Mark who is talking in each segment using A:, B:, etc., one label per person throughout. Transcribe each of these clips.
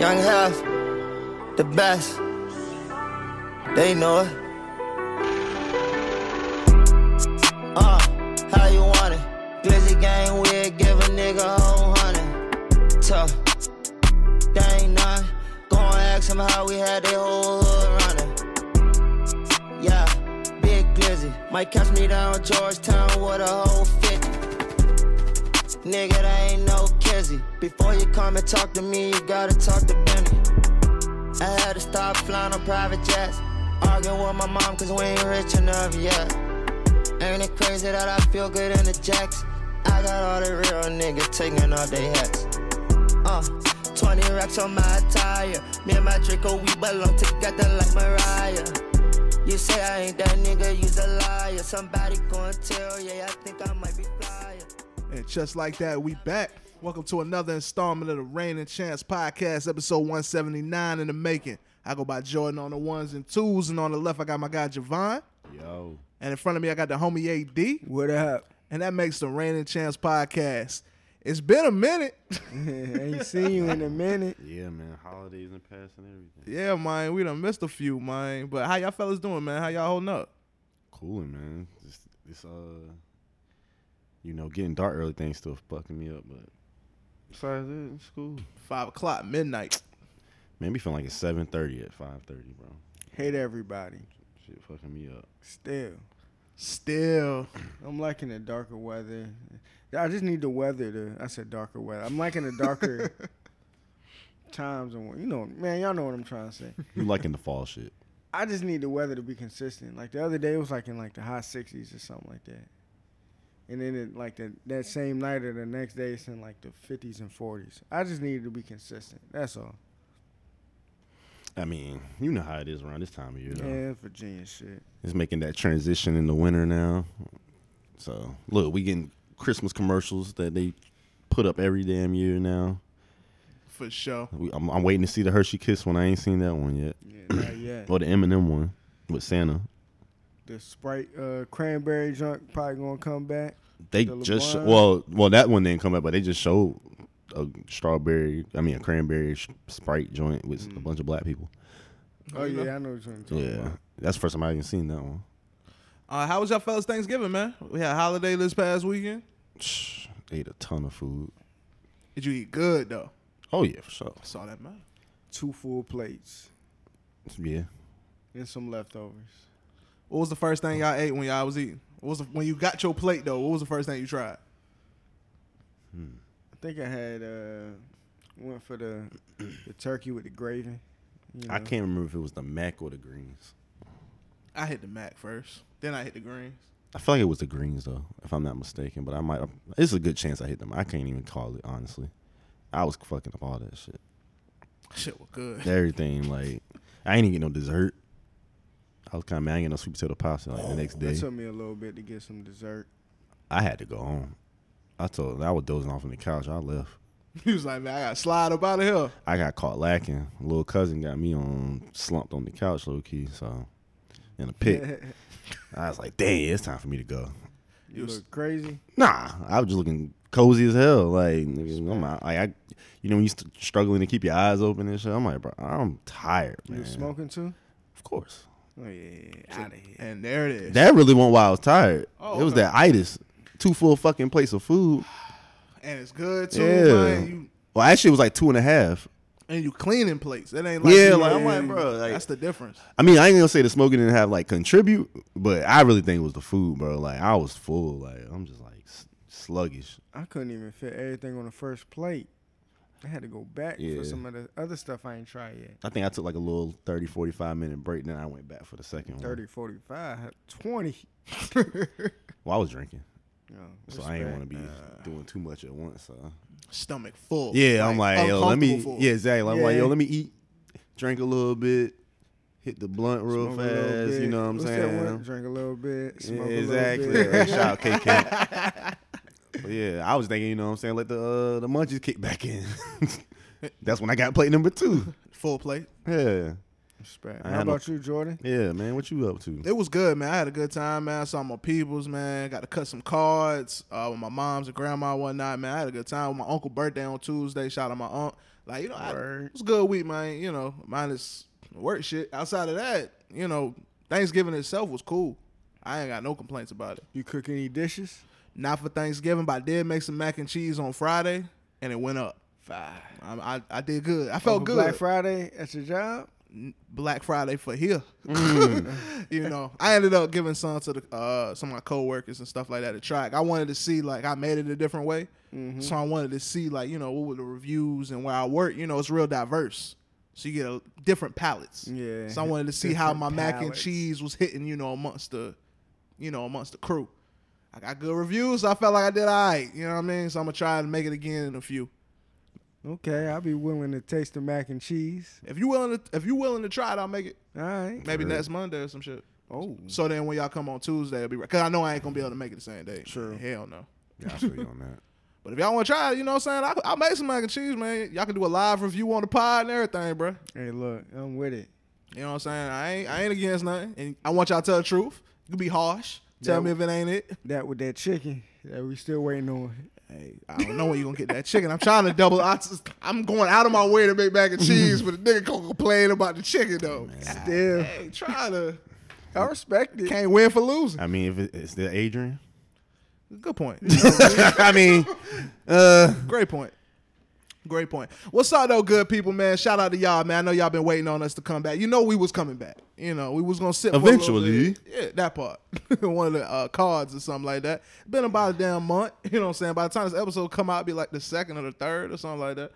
A: Young Health, the best. They know it. Uh, how you want it? Glizzy gang weird, give a nigga a whole hundred. Tough. They ain't none. Go and ask them how we had their whole hood running. Yeah, big glizzy. Might catch me down in Georgetown with a whole 50. Nigga, that ain't no kizzy. Before you come and talk to me, you gotta talk to Benny. I had to stop flying on private jets. Arguing with my mom, cause we ain't rich enough yet. Ain't it crazy that I feel good in the jacks? I got all the real niggas taking off their hats. Uh, 20 racks on my attire. Me and my Draco, we belong together like Mariah. You say I ain't that nigga, you's a liar. Somebody gonna tell ya, I think I might be flyer.
B: And just like that, we back. Welcome to another installment of the Rain and Chance podcast, episode 179 in the making. I go by Jordan on the ones and twos, and on the left, I got my guy Javon.
C: Yo.
B: And in front of me, I got the homie AD.
D: What up?
B: And that makes the Rain and Chance podcast. It's been a minute.
D: Ain't seen you in a minute.
C: Yeah, man. Holidays and past and everything.
B: yeah, man, we done missed a few, man. But how y'all fellas doing, man? How y'all holding up?
C: Cooling, man. Just it's uh you know, getting dark early things still fucking me up, but besides that, it's cool.
B: Five o'clock, midnight.
C: Man, we feel like it's seven thirty at five thirty, bro.
D: Hate everybody.
C: Shit fucking me up.
D: Still,
B: Still.
D: I'm liking the darker weather. I just need the weather to. I said darker weather. I'm liking the darker times and you know, man, y'all know what I'm trying to say.
C: You liking the fall shit.
D: I just need the weather to be consistent. Like the other day, it was like in like the high 60s or something like that. And then it, like that that same night or the next day, it's in like the 50s and 40s. I just need it to be consistent. That's all.
C: I mean, you know how it is around this time of year though.
D: Yeah, Virginia shit.
C: It's making that transition in the winter now. So look, we getting Christmas commercials that they put up every damn year now.
B: For sure.
C: We, I'm, I'm waiting to see the Hershey Kiss one. I ain't seen that one yet.
D: Yeah, not yet.
C: Or the Eminem one with Santa.
D: the Sprite uh, cranberry junk probably gonna come back.
C: They
D: The
C: just
D: LeBron.
C: well, well that one didn't come out, but they just showed a strawberry, I mean a cranberry sh- Sprite joint with
D: Mm.
C: a bunch of black people.
D: Oh
B: you know?
D: yeah, I know what you're talking
C: Yeah,
D: about.
C: that's the first time I even seen that one.
B: Uh, how was y'all fellas Thanksgiving, man? We had a holiday this past weekend.
C: Shh, Ate a ton of food.
B: Did you eat good though?
C: Oh yeah, for sure.
B: That's all that matters.
D: Two full plates
C: Yeah,
D: and some leftovers.
B: What was the first thing y'all ate when y'all was eating? What was the, when you got your plate though? What was the first thing you tried?
D: I think I had uh, went for the the turkey with the gravy. you
C: I
D: know.
C: can't remember if it was the mac or the greens.
B: I hit the mac first, then I hit the greens.
C: I feel like it was the greens though, if I'm not mistaken. But I might. It's a good chance I hit them. I can't even call it honestly. I was fucking up all that shit.
B: Shit was good.
C: Everything like I ain't even get no dessert. I was kind of mad. I ain't get no sweet potato pasta like the next day.
D: It took me Oh, a little bit to get some dessert.
C: I had to go home. I told I was dozing off on the couch. I left.
B: He was like, man, I got to slide up out of here.
C: I got caught lacking. Little cousin got me on slumped on the couch, low key. So in a pit, I was like, "Dang, it's time for me to go."
D: you
B: It was-
D: look crazy.
C: Nah, I was just looking cozy as hell. Like, nigga, I'm out. Like, I, you know, when you st- struggling to keep your eyes open and shit. I'm like, bro, I'm tired,
D: You
C: man.
D: was smoking too?
C: Of course.
D: Oh yeah, out of here.
B: And there it is.
C: That really wasn't why I was tired.
B: Oh,
C: it was
B: okay.
C: that itis. Two full fucking plates of food.
B: and it's good too,
C: Yeah.
B: man. You,
C: Well, actually, it was like two and a half.
B: and you cleaning plates. It ain't like
C: Yeah,
B: you-
C: like, I'm like, bro, like-
B: that's the difference.
C: I mean, I ain't gonna say the smoking didn't have like contribute, but I really think it was the food, bro. Like I was full. Like I'm just like s- sluggish.
D: I couldn't even fit everything on the first plate. I had to go back
C: Yeah.
D: for some of the other stuff I ain't tried yet.
C: I think I took like a little 30, 45 minute break, then I went back for the second one.
D: 30, 45, 20.
C: Well, I was drinking,
D: Oh,
C: so I ain't
D: respect.
C: want to be doing too much at once. So
B: Stomach
D: Oh,
B: full.
C: yeah, I'm like, yo, let me.
B: uncomfortable full.
C: Yeah, exactly. I'm like, yo,
D: Yeah.
C: let me eat, drink a little bit, hit the blunt real
D: Smoke a
C: fast.
D: little
C: You
D: bit.
C: know what I'm
D: What's that
C: saying?
D: one? Drink a little bit. Smoke
C: yeah,
D: A
C: exactly.
D: little
C: Like,
D: bit.
C: Shout out KK. but yeah, I was thinking, you know what I'm saying, let the uh, the munchies kick back in. That's when I got plate number two.
B: Full plate.
C: Yeah.
D: Respect.
C: I
D: How
C: had no-
D: about you, Jordan?
C: Yeah, man, what you up to?
B: It was good, man. I had a good time, man. I saw my peoples, man. Got to cut some cards uh, with my moms and grandma and whatnot, man. I had a good time with my uncle birthday on Tuesday. Shout out my aunt. Like you know, I,
D: Word.
B: it was a good week, man. You know, minus work shit. Outside of that, you know, Thanksgiving itself was cool. I ain't got no complaints about it.
D: You cook any dishes?
B: Not for Thanksgiving, but I did make some mac and cheese on Friday, and it went up.
D: Five.
B: I, I, I did good. I felt Oh, good.
D: Black Friday at your job?
B: N- Black Friday for here.
D: Mm.
B: you know, I ended up giving some to the, uh, some of my coworkers and stuff like that to try. it. I wanted to see like I made it a different way,
D: Mm-hmm.
B: so I wanted to see like you know what were the reviews and where I work. You know, it's real diverse, so you get a different palettes.
D: Yeah,
B: So I wanted to see how my
D: different
B: mac and
D: palettes.
B: cheese was hitting. You know, amongst the, you know, amongst the crew. I got good reviews. So I felt like I did all right. You know what I mean? So I'm gonna try and make it again in a few.
D: Okay, I'll be willing to taste the mac and cheese.
B: If you willing to, if you willing to try it, I'll make it.
D: All right.
B: Maybe
C: Alright.
B: next Monday or some shit.
D: Oh.
B: So then when y'all come on Tuesday, it'll be right. Cause I know I ain't gonna be able to make it the same day.
D: True.
B: Hell no.
C: Yeah, I feel you on that.
B: But if y'all want to try it, you know what I'm saying? I, I make some mac and cheese, man. Y'all can do a live review on the pod and everything, bruh.
D: Hey, look, I'm with it.
B: You know what I'm saying? I ain't, I ain't against nothing. And I want y'all to tell the truth. You can be harsh. Tell
D: Yeah.
B: me if it ain't it.
D: That with that chicken that we still waiting on.
B: Hey, I don't know where you gonna get that chicken. I'm trying to double. I just, I'm going out of my way to make mac and cheese, but the nigga gonna complain about the chicken though.
D: Damn.
B: Hey, try to
D: I respect it.
B: can't win for losing.
C: I mean, if it, it's the Adrian,
B: Good point.
C: I mean, uh,
B: Great point. Great point. What's up though, good people, man? Shout out to y'all, man. I know y'all been waiting on us to come back. You know we was coming back. You know we was gonna sit for a little
C: Eventually.
B: bit. Yeah, that part. One of the uh, cards or something like that. Been about a damn month. You know what I'm saying? By the time this episode come out, it'd be like the second or the third or something like that.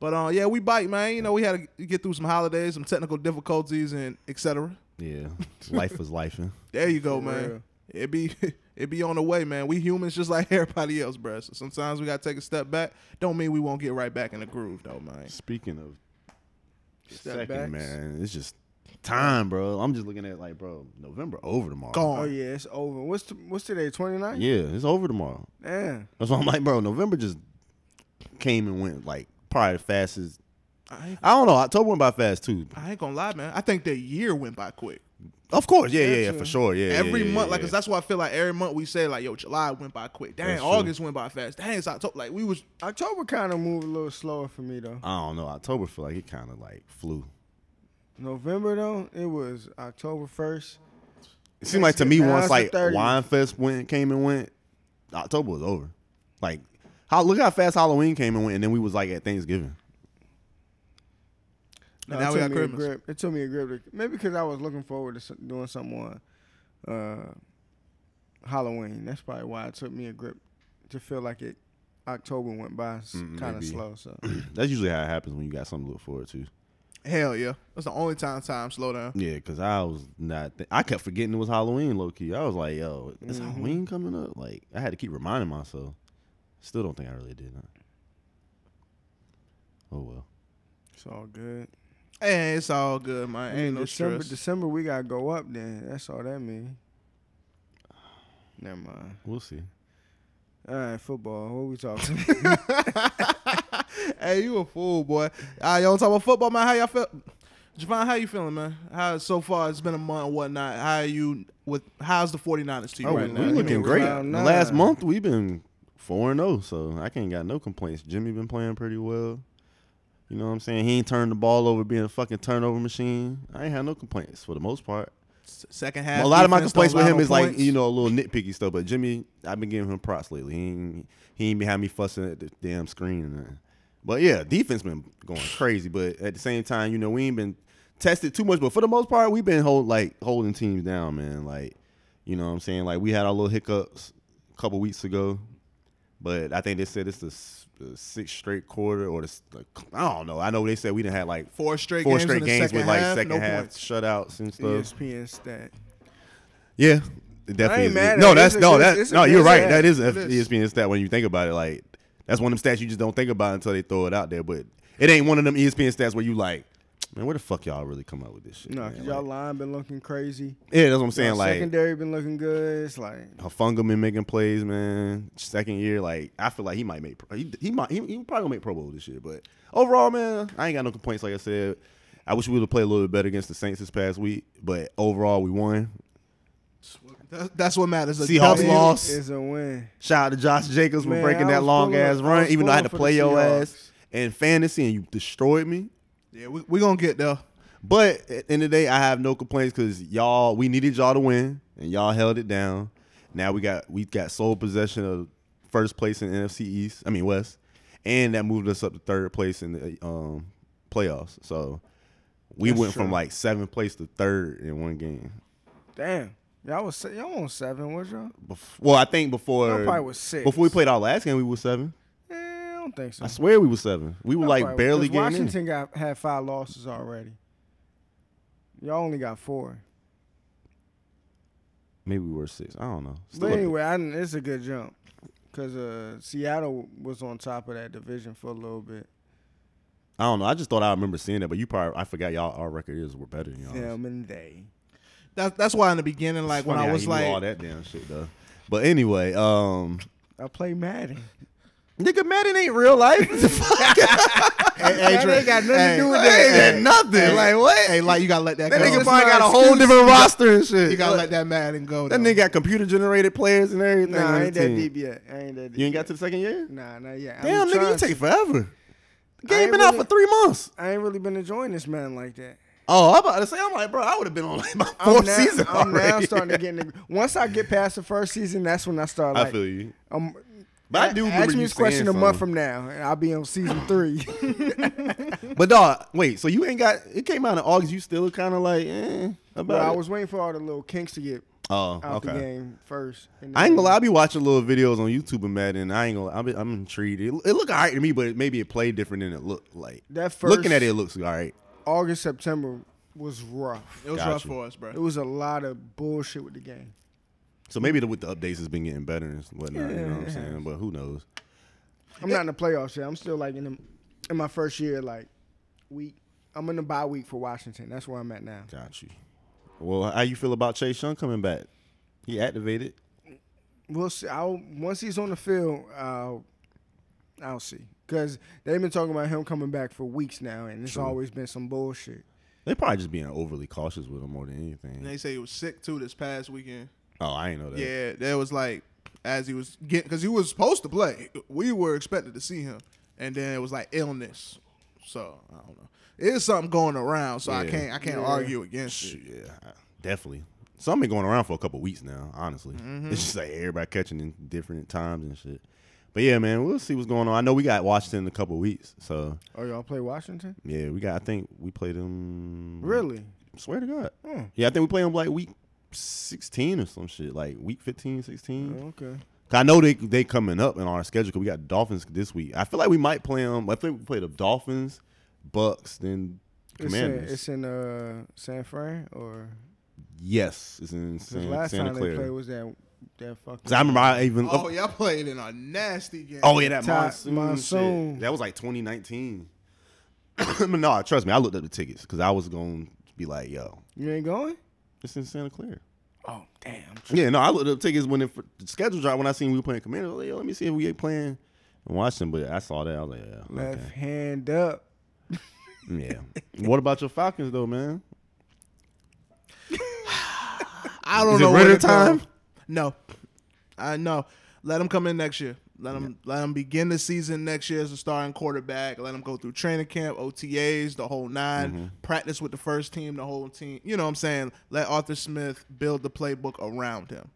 B: But uh, yeah, we bite, man. You know we had to get through some holidays, some technical difficulties, and etc.
C: yeah, life was life. huh?
B: There you go,
D: For
B: man.
D: real.
B: It be it be on the way, man. We humans just like everybody else, bruh. So sometimes we gotta take a step back. Don't mean we won't get right back in the groove, though, man.
C: Speaking of the
D: Step
C: second,
D: backs.
C: man, it's just time, bro. I'm just looking at like, bro, November over tomorrow.
B: Gone.
D: Oh yeah, it's over. What's t what's today? 29?
C: Yeah, it's over tomorrow.
D: Damn.
C: That's why I'm like, bro, November just came and went like probably the fastest.
B: I ain't,
C: I don't know. October went by fast too.
B: I ain't gonna lie, man. I think the year went by quick.
C: Of course, yeah, yeah, yeah,
D: Gotcha.
C: for sure, yeah.
B: every
C: yeah, yeah,
B: month,
C: yeah,
B: like, 'cause that's why I feel like every month we say like, yo, July went by quick. Dang,
C: That's true.
B: August went by fast. Dang, it's October. Like we was
D: October kind of moved a little slower for me though.
C: I don't know. October feel like it kind of like flew.
D: November though, it was October 1st.
C: It seemed like to me
D: Now
C: once
D: it's
C: like
D: the 30th.
C: Wine Fest went came and went, October was over. Like, how look how fast Halloween came and went, and then we was like at Thanksgiving.
D: No,
B: And now
D: it
B: we got
D: took me a
B: Christmas.
D: grip- It took me a grip. To, maybe because I was looking forward to so- doing something on uh, Halloween. That's probably why it took me a grip to feel like it. October went by
C: Mm,
D: kind of
C: maybe.
D: slow. So
C: That's usually how it happens when you got something to look forward to.
B: hell yeah. That's the only time time slow down.
C: Yeah, because I was not. Th- I kept forgetting it was Halloween, low key. I was like, yo, is Halloween coming up? Like, I had to keep reminding myself. Still don't think I really did that. Oh well.
D: it's all good.
B: Hey, it's all good, man.
D: I mean,
B: Ain't no
D: December,
B: stress.
D: December we gotta go up. Then that's all that mean. Never mind.
C: We'll see.
D: All right, football. What we talking?
B: hey, you a fool, boy. All right, y'all talk about football, man. How y'all feel? Javon, how you feeling, man? How so far? It's been a month and whatnot. How are you with? How's the 49ers to you uh,
D: Oh,
B: right
D: we
B: now?
C: We're
D: give
C: looking
D: me
C: great.
D: round
C: The last
D: nine.
C: month we've been four and zero, so I can't got no complaints. Jimmy been playing pretty well. You know what I'm saying? He ain't turned the ball over, being a fucking turnover machine. I ain't had no complaints for the most part.
B: S- Second half.
C: a lot of my
B: defense
C: complaints
B: don't allow
C: with him
B: no
C: is like
B: points.
C: you know a little nitpicky stuff. But Jimmy, I've been giving him props lately. He ain't, he ain't been having me fussing at the damn screen. And nothing. but yeah, defense been going crazy. But at the same time, you know we ain't been tested too much. But for the most part, we've been hold like holding teams down, man. Like you know what I'm saying. Like we had our little hiccups a couple weeks ago. But I think they said it's the, s- the sixth straight quarter, or the, s- the I don't know. I know they said we didn't have like
B: four straight
C: four
B: games in
C: straight
B: the
C: games
B: second
C: with like
B: half,
C: second
B: no
C: half
B: points.
C: shutouts and
D: E
C: stuff.
D: ESPN stat.
C: Yeah, it definitely.
D: ain't
C: is.
D: mad at
C: no,
D: it.
C: that's
D: It's a
C: no
D: good-
C: that
D: it's a
C: no.
D: good
C: You're right.
D: stat.
C: That is E a
B: It is.
C: ESPN stat when you think about it. Like that's one of them stats you just don't think about until they throw it out there. But it ain't one of them E ESPN stats where you like, man, where the fuck y'all really come up with this shit?
D: No,
C: man?
D: because y'all
C: Like,
D: line been looking crazy.
C: yeah, that's what I'm
D: Y'all
C: saying. Like
D: secondary been looking good. It's like
C: Hafunga been making plays, man. Second year, like I feel like he might make pro- he, he might he, he probably gonna make Pro Bowl this year. But overall, man, I ain't got no complaints. Like I said, I wish we would have played a little bit better against the Saints this past week. But overall, we won.
B: That- That's what matters. A
C: Seahawks
B: W-
C: lost.
D: it's a win.
C: Shout out to Josh Jacobs for
D: Man,
C: breaking
D: I
C: that
D: was
C: long
D: pulling-
C: ass
D: I
C: run,
D: was
C: even though I had to
D: pulling for
C: play
D: the
C: your
D: Seahawks.
C: ass. and fantasy, and you destroyed me.
B: Yeah, we we gonna get there.
C: But at the end of the day, I have no complaints because y'all, we needed y'all to win, and y'all held it down. Now we got we got sole possession of first place in NFC East. I mean West, and that moved us up to third place in the um, playoffs. So we
D: That's
C: went from
D: true.
C: like seventh place to third in one game.
D: Damn. Y'all was se- y'all on seven, was y'all?
C: Bef- well, I think
D: Y'all
C: before
D: probably was six.
C: before we played our last game, we were seven.
D: Eh, I don't think so.
C: I swear we were seven. We were
D: Y'all
C: like
D: probably-
C: barely
D: 'cause
C: getting in.
D: Washington got had five losses already. Y'all only got four.
C: Maybe we were six. I don't know. Still
D: But
C: up-
D: anyway, I, didn't- it's a good jump because uh, Seattle was on top of that division for a little bit.
C: I don't know. I just thought I remember seeing that, but you probably I forgot y'all our record is were better than y'all.
D: Them and they.
B: That's that's why in the beginning, like
C: It's
B: when
C: funny
B: I
C: how
B: was
C: he knew all
B: like,
C: that damn shit though. But anyway, um,
D: I play Madden.
C: nigga, Madden ain't real life. What the fuck?
B: hey,
D: That ain't got nothing to do with
C: That ain't
D: that.
C: got nothing. like what?
B: hey, like you gotta let that,
C: that
B: go.
C: nigga
D: it's
C: probably
D: not
C: got a
D: an
C: whole
D: excuse.
C: different roster and shit.
B: you gotta let that Madden go.
C: That
B: though.
C: nigga got computer generated players and everything.
D: Nah,
C: on
D: I
C: his
D: ain't that
C: team.
D: deep yet. I ain't that deep.
C: You ain't got
D: yet.
C: to the second year?
D: Nah, not yet. I'm
C: Damn, nigga,
D: trying
C: you take
D: to-
C: forever. The
D: I
C: game
D: ain't
C: been out for
D: really-
C: three months.
D: I ain't really been enjoying this man like that.
C: Oh, I'm about to say, I'm like, bro, I would have been on like my
D: I'm
C: fourth
D: now-
C: season
D: I'm
C: already.
D: now starting to get in the, Once I get past the first season, that's when I start. Like,
C: I feel you,
D: Um,
C: but I do. remember
D: ask me
C: you
D: this question
C: saying
D: a month
C: something.
D: from now, and I'll be on season three.
C: But dog, wait. So you ain't got it came out in August. You still kind of like eh, about
D: but I
C: it?
D: was waiting for all the little kinks to get
C: Oh,
D: out the
C: okay.
D: game first. and
C: I ain't gonna
D: then-
C: lie. I be watching little videos on YouTube and Madden. I ain't gonna. I'm, I'm intrigued. It, it look alright to me, but maybe it played different than it looked like.
D: That
C: looking
D: first-
C: at it, it looks alright.
D: August, September was rough.
B: it was
C: Got
B: rough
C: you.
B: for us, bro.
D: It was a lot of bullshit with the game.
C: So maybe the, with the updates, it's been getting better and whatnot. you
D: Yeah,
C: know what I'm
D: it
C: saying? But who knows?
D: I'm not in the playoffs yet. I'm still like in the, in my first year, like week. I'm in the bye week for Washington. That's where I'm at now.
C: Got you. Well, how you feel about Chase Young coming back? He activated.
D: We'll see. I'll once he's on the field, I'll I'll see. Cause they've been talking about him coming back for weeks now, and it's always been some bullshit.
C: They probably just being overly cautious with him more than anything.
B: And they say he was sick too this past weekend.
C: oh, I ain't know that.
B: Yeah, there was like as he was getting because he was supposed to play. We were expected to see him, and then it was like illness. So I don't know. It's something going around, so I
C: Yeah.
B: can't I can't argue against it.
C: Yeah, definitely. Some been going around for a couple weeks now. Honestly, it's just like everybody catching in different times and shit. But yeah, man, we'll see what's going on. I know we got Washington in a couple weeks, so
D: Oh, y'all play Washington?
C: yeah, we got. I think we played them.
D: Really?
C: Swear to God.
D: Hmm.
C: Yeah, I think we played them like week sixteen or some shit, like week 15, 16.
D: Oh, Okay.
C: I know they they coming up in our schedule 'cause we got Dolphins this week. I feel like we might play them. I think we play the Dolphins, Bucks, then
D: It's in,
C: Commanders.
D: it's in uh, San Fran, or
C: yes, it's in
D: cause
C: San,
D: last
C: Santa
D: time
C: Clara.
D: they played was that that fucking.
C: Cause I remember I even.
B: Oh, y'all played in a nasty game.
C: oh yeah, that
D: Ty-
C: monsoon.
D: monsoon.
C: shit. That was like 2019. but no, trust me, I looked up the tickets because I was gonna be like, yo,
D: You ain't going?
C: it's in Santa Clara.
D: Oh damn!
C: Yeah, no, I looked up tickets when it, the schedule dropped. When I seen we were playing Commanders, I was like, yo, let me see if we ain't playing in Washington. But I saw that, I was like, yeah,
D: Left
C: okay.
D: hand up.
C: yeah. what about your Falcons though, man?
B: I don't
C: Is it
B: know. where
C: Ritter
B: to go.
C: time?
B: No, I know. Let him come in next year. Let him let him begin the season next year as a starting quarterback. Let him go through training camp, OTAs, the whole 9
C: Mm-hmm.
B: Practice with the first team, the whole team. You know what I'm saying? Let Arthur Smith build the playbook around him.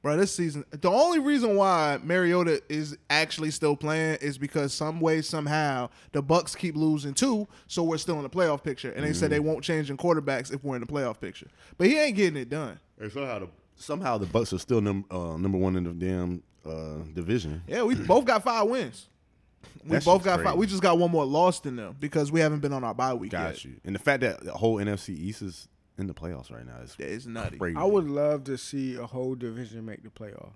B: Bro, this season, the only reason why Mariota is actually still playing is because some way, somehow, the Bucks keep losing too, so we're still in the playoff picture. And they
C: Mm-hmm.
B: said they won't change in quarterbacks if we're in the playoff picture. But he ain't getting it done.
C: And somehow the somehow the Bucks are still num- uh, number one in the damn uh, division.
B: Yeah, we both got five wins. We
C: That
B: both
C: shit's
B: got
C: crazy.
B: five. We just got one more loss than them because we haven't been on our bye week
C: Got
B: yet.
C: you. And the fact that the whole NFC East is in the playoffs right now is
B: That is nutty.
C: crazy.
D: I would love to see a whole division make the playoffs.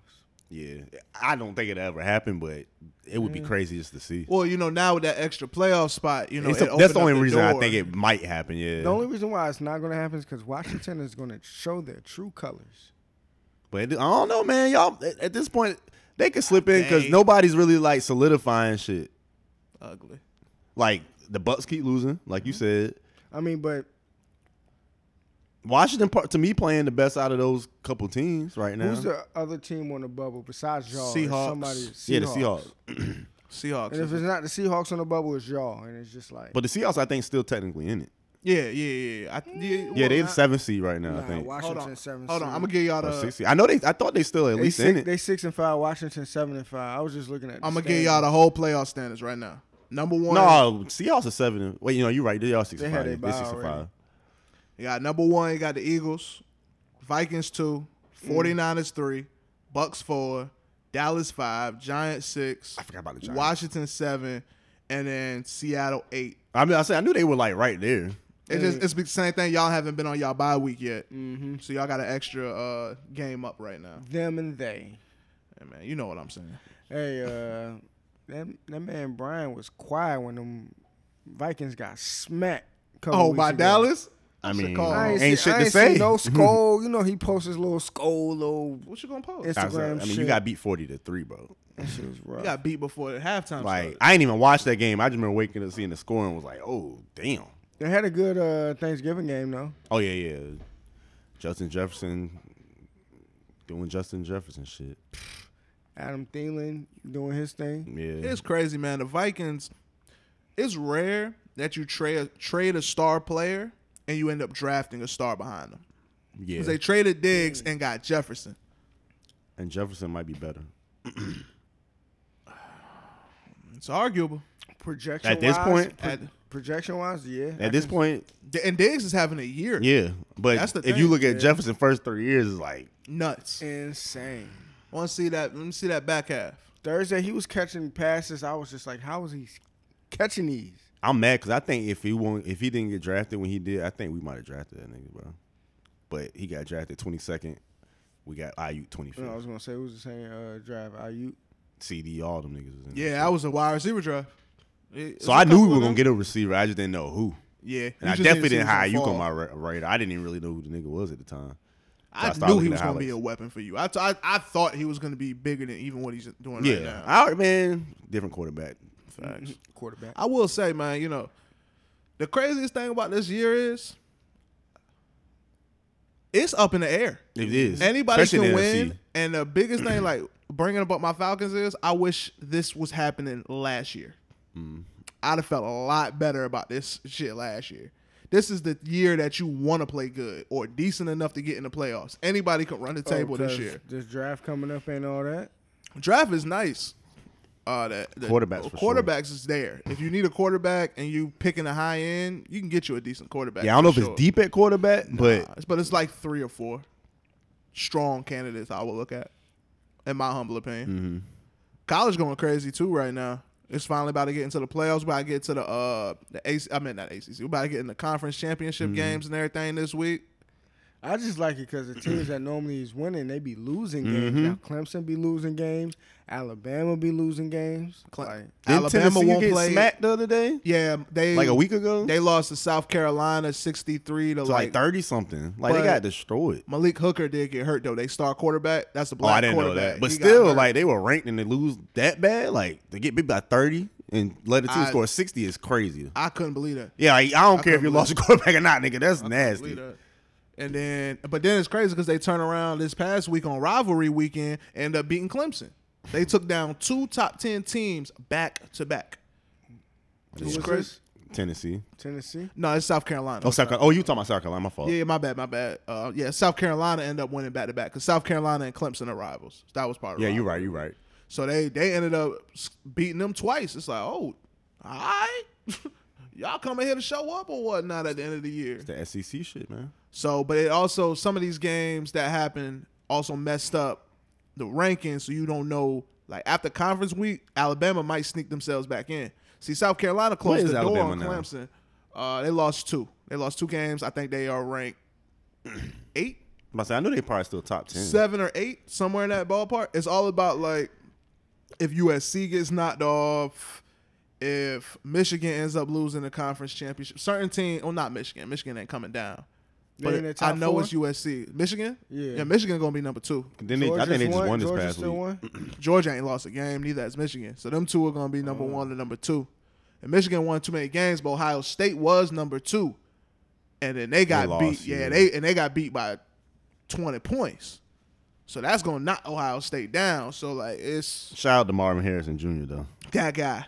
C: Yeah, I don't think it ever happened, but it would be crazy just to see.
B: Mm. Well, you know, now with that extra playoff spot, you know,
C: It's
B: it
C: a-
B: opened
C: that's the
B: up
C: only reason I
B: door.
C: think it might happen. Yeah,
D: The only reason why it's not going to happen is because Washington is going to show their true colors.
C: but it- I don't know, man. Y'all at, at this point they could slip in because
B: They-
C: nobody's really like solidifying shit.
B: ugly.
C: Like the Bucks keep losing, like you
B: Mm-hmm.
C: said.
D: I mean, but
C: Washington, par- to me, playing the best out of those couple teams right now.
D: who's the other team on the bubble besides y'all? It's
B: Seahawks.
D: Somebody,
C: yeah, the Seahawks.
B: Seahawks.
D: And if it's not the Seahawks on the bubble, it's y'all. And it's just like
C: But the Seahawks, I think, still technically in it.
B: yeah, yeah, yeah. yeah. I, yeah,
C: Yeah,
B: well,
C: they're the
B: not-
C: seven seed right now.
D: nah,
C: I think.
B: Hold
D: Washington
B: on,
D: seven.
B: hold on. I'm
D: seed.
B: gonna give y'all the.
C: Or Oh, six seed. I know they. I thought they still at
D: They
C: least
D: six,
C: in it.
D: they six and five. Washington seven and five. I was just looking at. the
B: I'm gonna give y'all
D: standings.
B: the whole playoff standings right now. Number one,
C: No, Seahawks are seven. And, wait, you know you're right. They are six
D: They
C: and
D: had
C: five.
D: their
C: They're
D: bye
C: six and
D: already.
C: five.
B: you got number one. You got the Eagles, Vikings two, 49ers three, Bucks four, Dallas five, Giants six. I
C: forgot about the Giants.
B: Washington seven, and then Seattle eight.
C: I mean, I said I knew they were like right there.
B: It's just it's the same thing. Y'all haven't been on y'all bye week yet, mm-hmm. so y'all got an extra uh, game up right now.
D: them and they.
B: Hey, man, you know what I'm saying.
D: Hey, uh, that that man Brian was quiet when them Vikings got smacked. a couple
B: Oh,
D: weeks
B: by
D: ago.
B: Dallas.
C: I
B: What's it
C: mean,
B: called?
D: I
C: Oh. ain't,
D: ain't, see,
C: shit
D: I
C: to
D: ain't
C: say.
D: see no skull. You know he posts his little skull, little
B: What you gonna post?
D: It's-
C: I was, uh, I
D: Instagram
C: mean, you
D: shit.
C: got beat forty to three, bro.
D: That shit was rough.
B: you got beat before the halftime.
C: Like
B: started.
C: I ain't even watched that game. I just remember waking up seeing the score and was like, oh damn.
D: They had a good uh, Thanksgiving game though.
C: Oh yeah, yeah. Justin Jefferson doing Justin Jefferson shit.
D: Adam Thielen doing his thing.
C: Yeah.
B: It's crazy, man. The Vikings. It's rare that you trade trade a star player and you end up drafting a star behind them.
C: Yeah.
B: 'Cause they traded Diggs and got Jefferson.
C: and Jefferson might be better.
B: It's arguable.
D: Projection
C: At this point-
B: At,
D: projection wise, yeah. I
C: At this
D: can-
C: point,
B: and Diggs is having a year.
C: yeah. But
B: That's the
C: if you
B: thing,
C: look at
D: man.
C: Jefferson first three years, it's like
B: Nuts.
D: insane.
B: I want to see that. Let me see that back half.
D: Thursday he was catching passes. I was just like, how was he catching these?
C: I'm mad because I think if he won't, if he didn't get drafted when he did, I think we might have drafted that nigga, bro. But he got drafted 22nd. We got IU 25th.
D: You know, I was gonna say it was the same uh, drive. Are you?
C: CD, all them niggas was in. there.
B: Yeah, that was a wide receiver draft. It-
C: So
B: it's a
C: I knew we
B: couple of
C: were gonna
B: them.
C: get a receiver. I just didn't know who.
B: Yeah,
C: And I definitely didn't hire you on my ra- radar. I didn't even really know who the nigga was at the time. I
B: I
C: started
B: knew
C: looking
B: he
C: at
B: was going to be a
C: highlights.
B: weapon for you. I, t- I, I thought he was going to be bigger than even what he's doing right
C: Yeah,
B: now.
C: all right, man. Different quarterback.
B: Facts.
D: quarterback.
B: I will say, man, you know, the craziest thing about this year is it's up in the air.
C: It is.
B: Anybody
C: Especially
B: can
C: in the NFC.
B: win, and the biggest thing, like bringing up my Falcons, is I wish this was happening last year.
C: Mm.
B: I'd have felt a lot better about this shit last year. This is the year that you want to play good or decent enough to get in the playoffs. Anybody could run the table this
D: Oh, 'cause
B: year.
D: This draft coming up and all that.
B: Draft is nice. Uh, the, the
C: Quarterbacks for sure.
B: quarterbacks is there. If you need a quarterback and you picking a high end, you can get you a decent quarterback.
C: Yeah, I don't know if
B: for sure.
C: it's deep at quarterback, but
B: Uh, but it's like three or four strong candidates I would look at, in my humble opinion.
C: Mm-hmm.
B: College going crazy too right now. It's finally about to get into the playoffs. We About to get to the uh the AC. I mean not ACC. We about to get in the conference championship
C: Mm-hmm.
B: games and everything this week.
D: I just like it because the teams that normally is winning, they be losing games.
C: Mm-hmm.
D: Now Clemson be losing games. Alabama be losing games.
B: Cle-
D: Like,
C: didn't Tennessee get
B: play.
C: smacked the other day,
B: Yeah, they
C: like a week ago.
B: They lost to South Carolina sixty three to
C: Mm-hmm. to like
B: like,
C: thirty something. Like
B: But-
C: they got destroyed.
B: Malik Hooker did get hurt though. They star quarterback. That's the
C: Oh, I
B: black
C: didn't know
B: quarterback.
C: that. But
B: He got
C: still,
B: hurt.
C: like they were ranked and they lose that bad. Like they get beat by thirty and let a team
B: I-
C: score sixty is crazy.
B: I couldn't believe that.
C: Yeah, like, I don't care if you
B: couldn't
C: lost a quarterback or not, nigga. That's nasty.
B: Believe that. And then, but then it's crazy because they turn around this past week on rivalry weekend, end up beating Clemson. They took down two top ten teams back to back.
D: who was
B: crazy.
D: this?
C: Tennessee.
D: Tennessee.
B: No, it's South Carolina.
C: Oh, South Carolina. Oh, you talking about South Carolina? My fault.
B: Yeah, yeah, my bad, my bad. Uh, yeah, South Carolina ended up winning back to back because South Carolina and Clemson are rivals. That was part of
C: Yeah,
B: rivalry.
C: you're right. You're right.
B: So they they ended up s- beating them twice. It's like, oh, all right, y'all coming here to show up or whatnot at the end of the year.
C: The SEC shit, man.
B: So, but it also some of these games that happened also messed up the rankings, so you don't know. Like after conference week, Alabama might sneak themselves back in. See, South Carolina closed
C: is
B: the door
C: Alabama
B: on
C: now?
B: Clemson. Uh, they lost two. They lost two games. I think they are ranked eight,
C: I'm about to say, I know they probably still top ten.
B: seven, or eight somewhere in that ballpark. It's all about like if USC gets knocked off, if Michigan ends up losing the conference championship. Certain team, oh, not Michigan. Michigan ain't coming down.
D: They
B: But
D: in the
B: it- I
D: top
B: know
D: four?
B: it's USC. Michigan?
D: Yeah.
B: Yeah, Michigan gonna be number two.
C: Then they, I think they just won, this
D: Georgia
C: past
D: still
C: week.
D: won.
B: Georgia ain't lost a game, neither has Michigan. So them two are gonna be
C: Mm.
B: number one and number two. And Michigan won too many games, but Ohio State was number two. And then they got
C: lost,
B: beat. Yeah,
C: yeah.
B: they and they got beat by twenty points. So that's gonna knock Ohio State down. So like it's
C: Shout out to Marvin Harrison Jr. though.
B: that guy,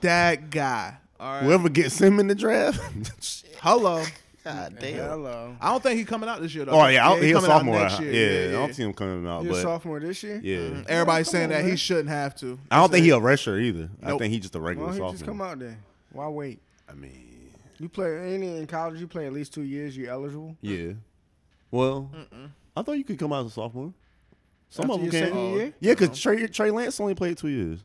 B: that guy. All right.
C: Whoever gets him in the draft. Shit.
B: Hello.
A: God damn.
D: Hello.
C: Ah,
B: I don't think he coming out this year though.
C: oh yeah, I'll he's a
B: coming out
C: sophomore.
B: next
C: yeah,
B: year.
C: I don't see him coming out,
D: You're a
C: but
D: sophomore this year?
C: yeah,
B: Everybody's
D: Come
B: saying
D: on,
B: that he
D: man.
B: shouldn't have to.
C: I don't think he a redshirt either. I
B: Uh-huh. Nope.
C: think he's just a regular
D: Why don't
C: sophomore.
D: he just come out then? Why wait?
C: I mean,
B: uh,
D: You play any in college? You play at least two years. You eligible?
C: yeah. Well, I thought you could come out as a sophomore. Some
D: After
C: of them
D: your
C: can.
D: senior year?
C: Yeah, because
B: Uh-huh.
C: Trey Trey Lance only played two years.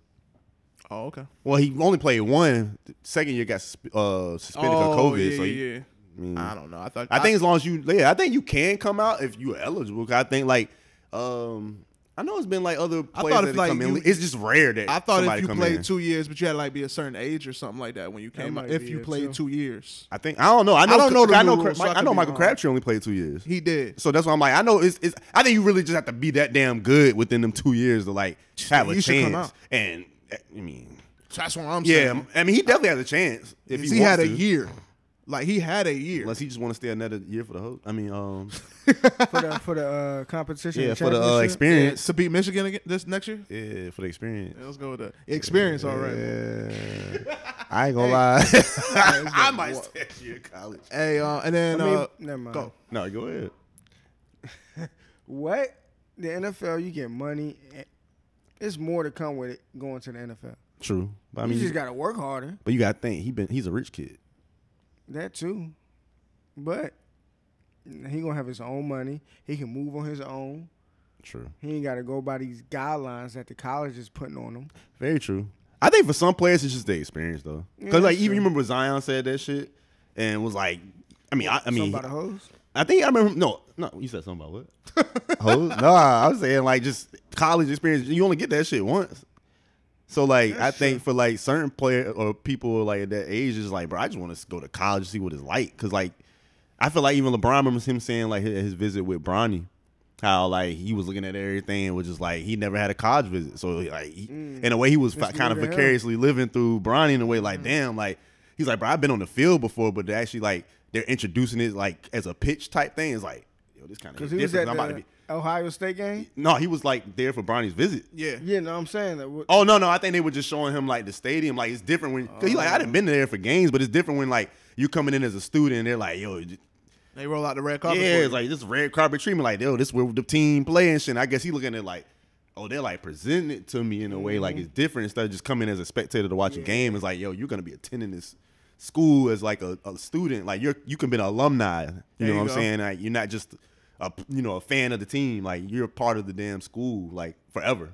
B: Oh okay.
C: Well, he only played one. The Second year got susp- uh, suspended
B: oh,
C: for COVID.
B: yeah,
C: so you-
B: yeah, yeah. I don't know. I thought.
C: I think as long as you, yeah, I think you can come out if you're eligible. 'Cause I think like, um, I know it's been like other players
B: thought
C: that
B: if, like,
C: come in.
B: you-
C: It's just rare that
B: I thought
C: somebody
B: if you
C: come
B: played
C: in.
B: two years, but you had to like be a certain age or something like that when you came out.
D: might
B: If
D: be
B: you
D: it,
B: played
D: too.
B: two years,
C: I think I don't know. I know.
B: I don't know the
C: I know.
B: new rules,
C: Cra-
B: so I
C: Mi- I
B: could
C: know
B: be
C: Michael
B: wrong.
C: Crabtree only played two years.
B: he did.
C: So that's why I'm like, I know it's, it's. I think you really just have to be that damn good within them two years to like have a
B: You should come
C: chance.
B: out.
C: And eh, I mean,
B: So that's what I'm
C: yeah,
B: saying.
C: I mean, he definitely has a chance if he,
B: he had
C: wants
B: a
C: to.
B: year, like he had a year.
C: Unless he just want to stay another year for the host. I mean, um,
D: for the for the uh, competition.
C: yeah,
D: and
C: for the uh,
D: championship?
B: Yeah,
C: experience.
B: to beat Michigan again this next year.
C: Yeah, for the experience.
B: Yeah, let's go with that experience. All right.
C: Yeah. I ain't gonna lie. I might stay at your college.
B: Hey, uh, and then
D: I mean,
B: uh,
D: never mind.
B: go.
C: No, go ahead.
D: What the NFL? You get money. eh, It's more to come with it going to the NFL.
C: True, but I
D: You
C: mean,
D: just gotta work harder.
C: but you gotta think he been he's a rich kid.
D: That too. But he gonna have his own money. He can move on his own.
C: True,
D: He ain't gotta go by these guidelines that the college is putting on him.
C: very true. I think for some players it's just the experience though,
D: Yeah,
C: because like
D: that's
C: even you
D: true.
C: remember Zion said that shit and was like, I mean, I, I
D: Something
C: mean,
D: about the hoes.
C: I think I remember. No, no, you said something about what? Hoes? Nah, I was saying like just college experience. You only get that shit once. So like, I think for like certain player or people like at that age is like, bro, I just want to go to college see what it's like. Cause like, I feel like even LeBron remembers him saying like his, his visit with Bronny, how like he was looking at everything and was just like he never had a college visit. So like, he,
D: Mm.
C: in a way, he was
D: It's
C: kind of
D: new to him.
C: vicariously living through Bronny in a way.
D: Mm.
C: Like, damn, like he's like, bro, I've been on the field before, but to actually like they're introducing it like as a pitch type thing. It's like, yo, this kind of
D: Cause
C: different.
D: he was at
C: 'cause I'm about to
D: the
C: be.
D: Ohio State game.
C: No, he was like there for Bronny's visit.
B: Yeah.
D: Yeah, no, I'm saying that. what-
C: Oh no, no, I think they were just showing him like the stadium. Like it's different when cause he like I didn't been there for games, but it's different when like you coming in as a student. and They're like, yo, j-
B: They roll out the red carpet.
C: yeah,
B: for you.
C: it's like this red carpet treatment. Like, yo, this where the team play and shit. And I guess he looking at it like, oh, they're like presenting it to me in a way like
B: Mm-hmm.
C: it's different instead of just coming as a spectator to watch a game. It's like, yo, you're gonna be attending this school as like a, a student. Like you're you can be an alumni. You know
B: you
C: what I'm
B: go.
C: saying? Like you're not just a you know a fan of the team. Like you're a part of the damn school like forever,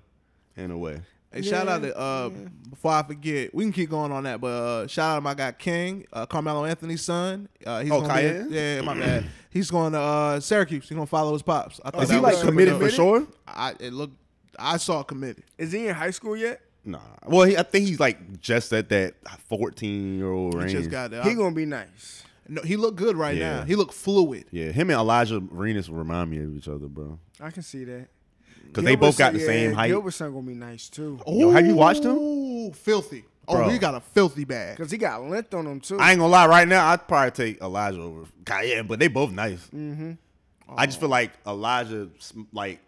C: in a way.
B: Hey, shout out to uh before I forget, we can keep going on that, but uh shout out to my guy King, uh, Carmelo Anthony's son. Uh he's
C: Oh,
B: gonna be-
C: Kyan?
B: Yeah, my bad. He's going to uh Syracuse. He's gonna follow his pops. I thought
C: Oh, Is
B: that
C: he
B: was
C: like
B: super
C: committed
B: dope.
C: for sure?
B: I it looked I saw committed.
D: Is he in high school yet?
C: Nah. Well, he, I think he's like just at that 14 year old range.
B: He just got there.
D: He
B: I-
D: gonna be nice.
B: no, he looked good right
C: Yeah.
B: now. He looked fluid.
C: yeah, him and Elijah Renus remind me of each other, bro.
D: I can see that.
C: Because they both got the
D: Gilbertson- yeah,
C: same height. Oh.
D: Gilbertson gonna be nice too.
C: Yo, have you watched him?
B: Ooh, filthy.
C: Bro.
B: Oh, we got a filthy bag.
D: Cause he got length on him too.
C: I ain't gonna lie, right now I'd probably take Elijah over Cayenne, but they both nice. Mm-hmm. I just feel like Elijah, like,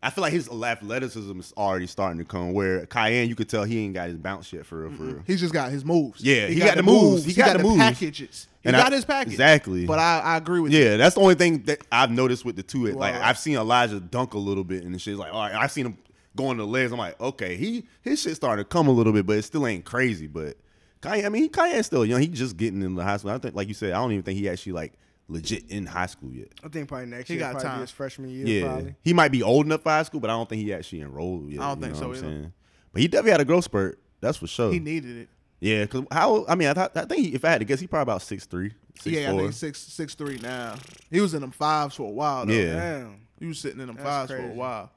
C: I feel like his athleticism is already starting to come. Where Cayenne, you could tell he ain't got his bounce yet for real, for real.
B: He's just got his moves.
C: Yeah, he got the moves. He got the moves.
B: packages. He
C: And I-
B: got his package.
C: Exactly.
B: But I, I agree with you.
C: Yeah, that's the only thing that I've noticed with the two. It like
B: Wow.
C: I've seen Elijah dunk a little bit and shit. Like all right, I've seen him going to the legs. I'm like, okay, he his shit started to come a little bit, but it still ain't crazy. But Kanye, I mean, Kanye's still young. He just getting in the high school. I think, like you said, I don't even think he actually like legit in high school yet.
D: I think probably next
B: He
D: year.
B: got
D: probably
B: time.
D: Be his freshman year.
C: Yeah,
D: Probably.
C: he might be old enough for high school, but I don't think he actually enrolled yet.
B: I don't
C: you
B: think
C: know
B: so
C: what I'm
B: either.
C: saying? But he definitely had a growth spurt. That's for sure.
B: He needed it.
C: yeah, because how? I mean, I, th- I think he, if I had to guess, he probably about six three, six
B: yeah, I think he's six six three now. He was in them fives for a while. Though.
C: Yeah.
D: Damn.
B: he was sitting in them
D: That's
B: fives for a
D: crazy.
B: while.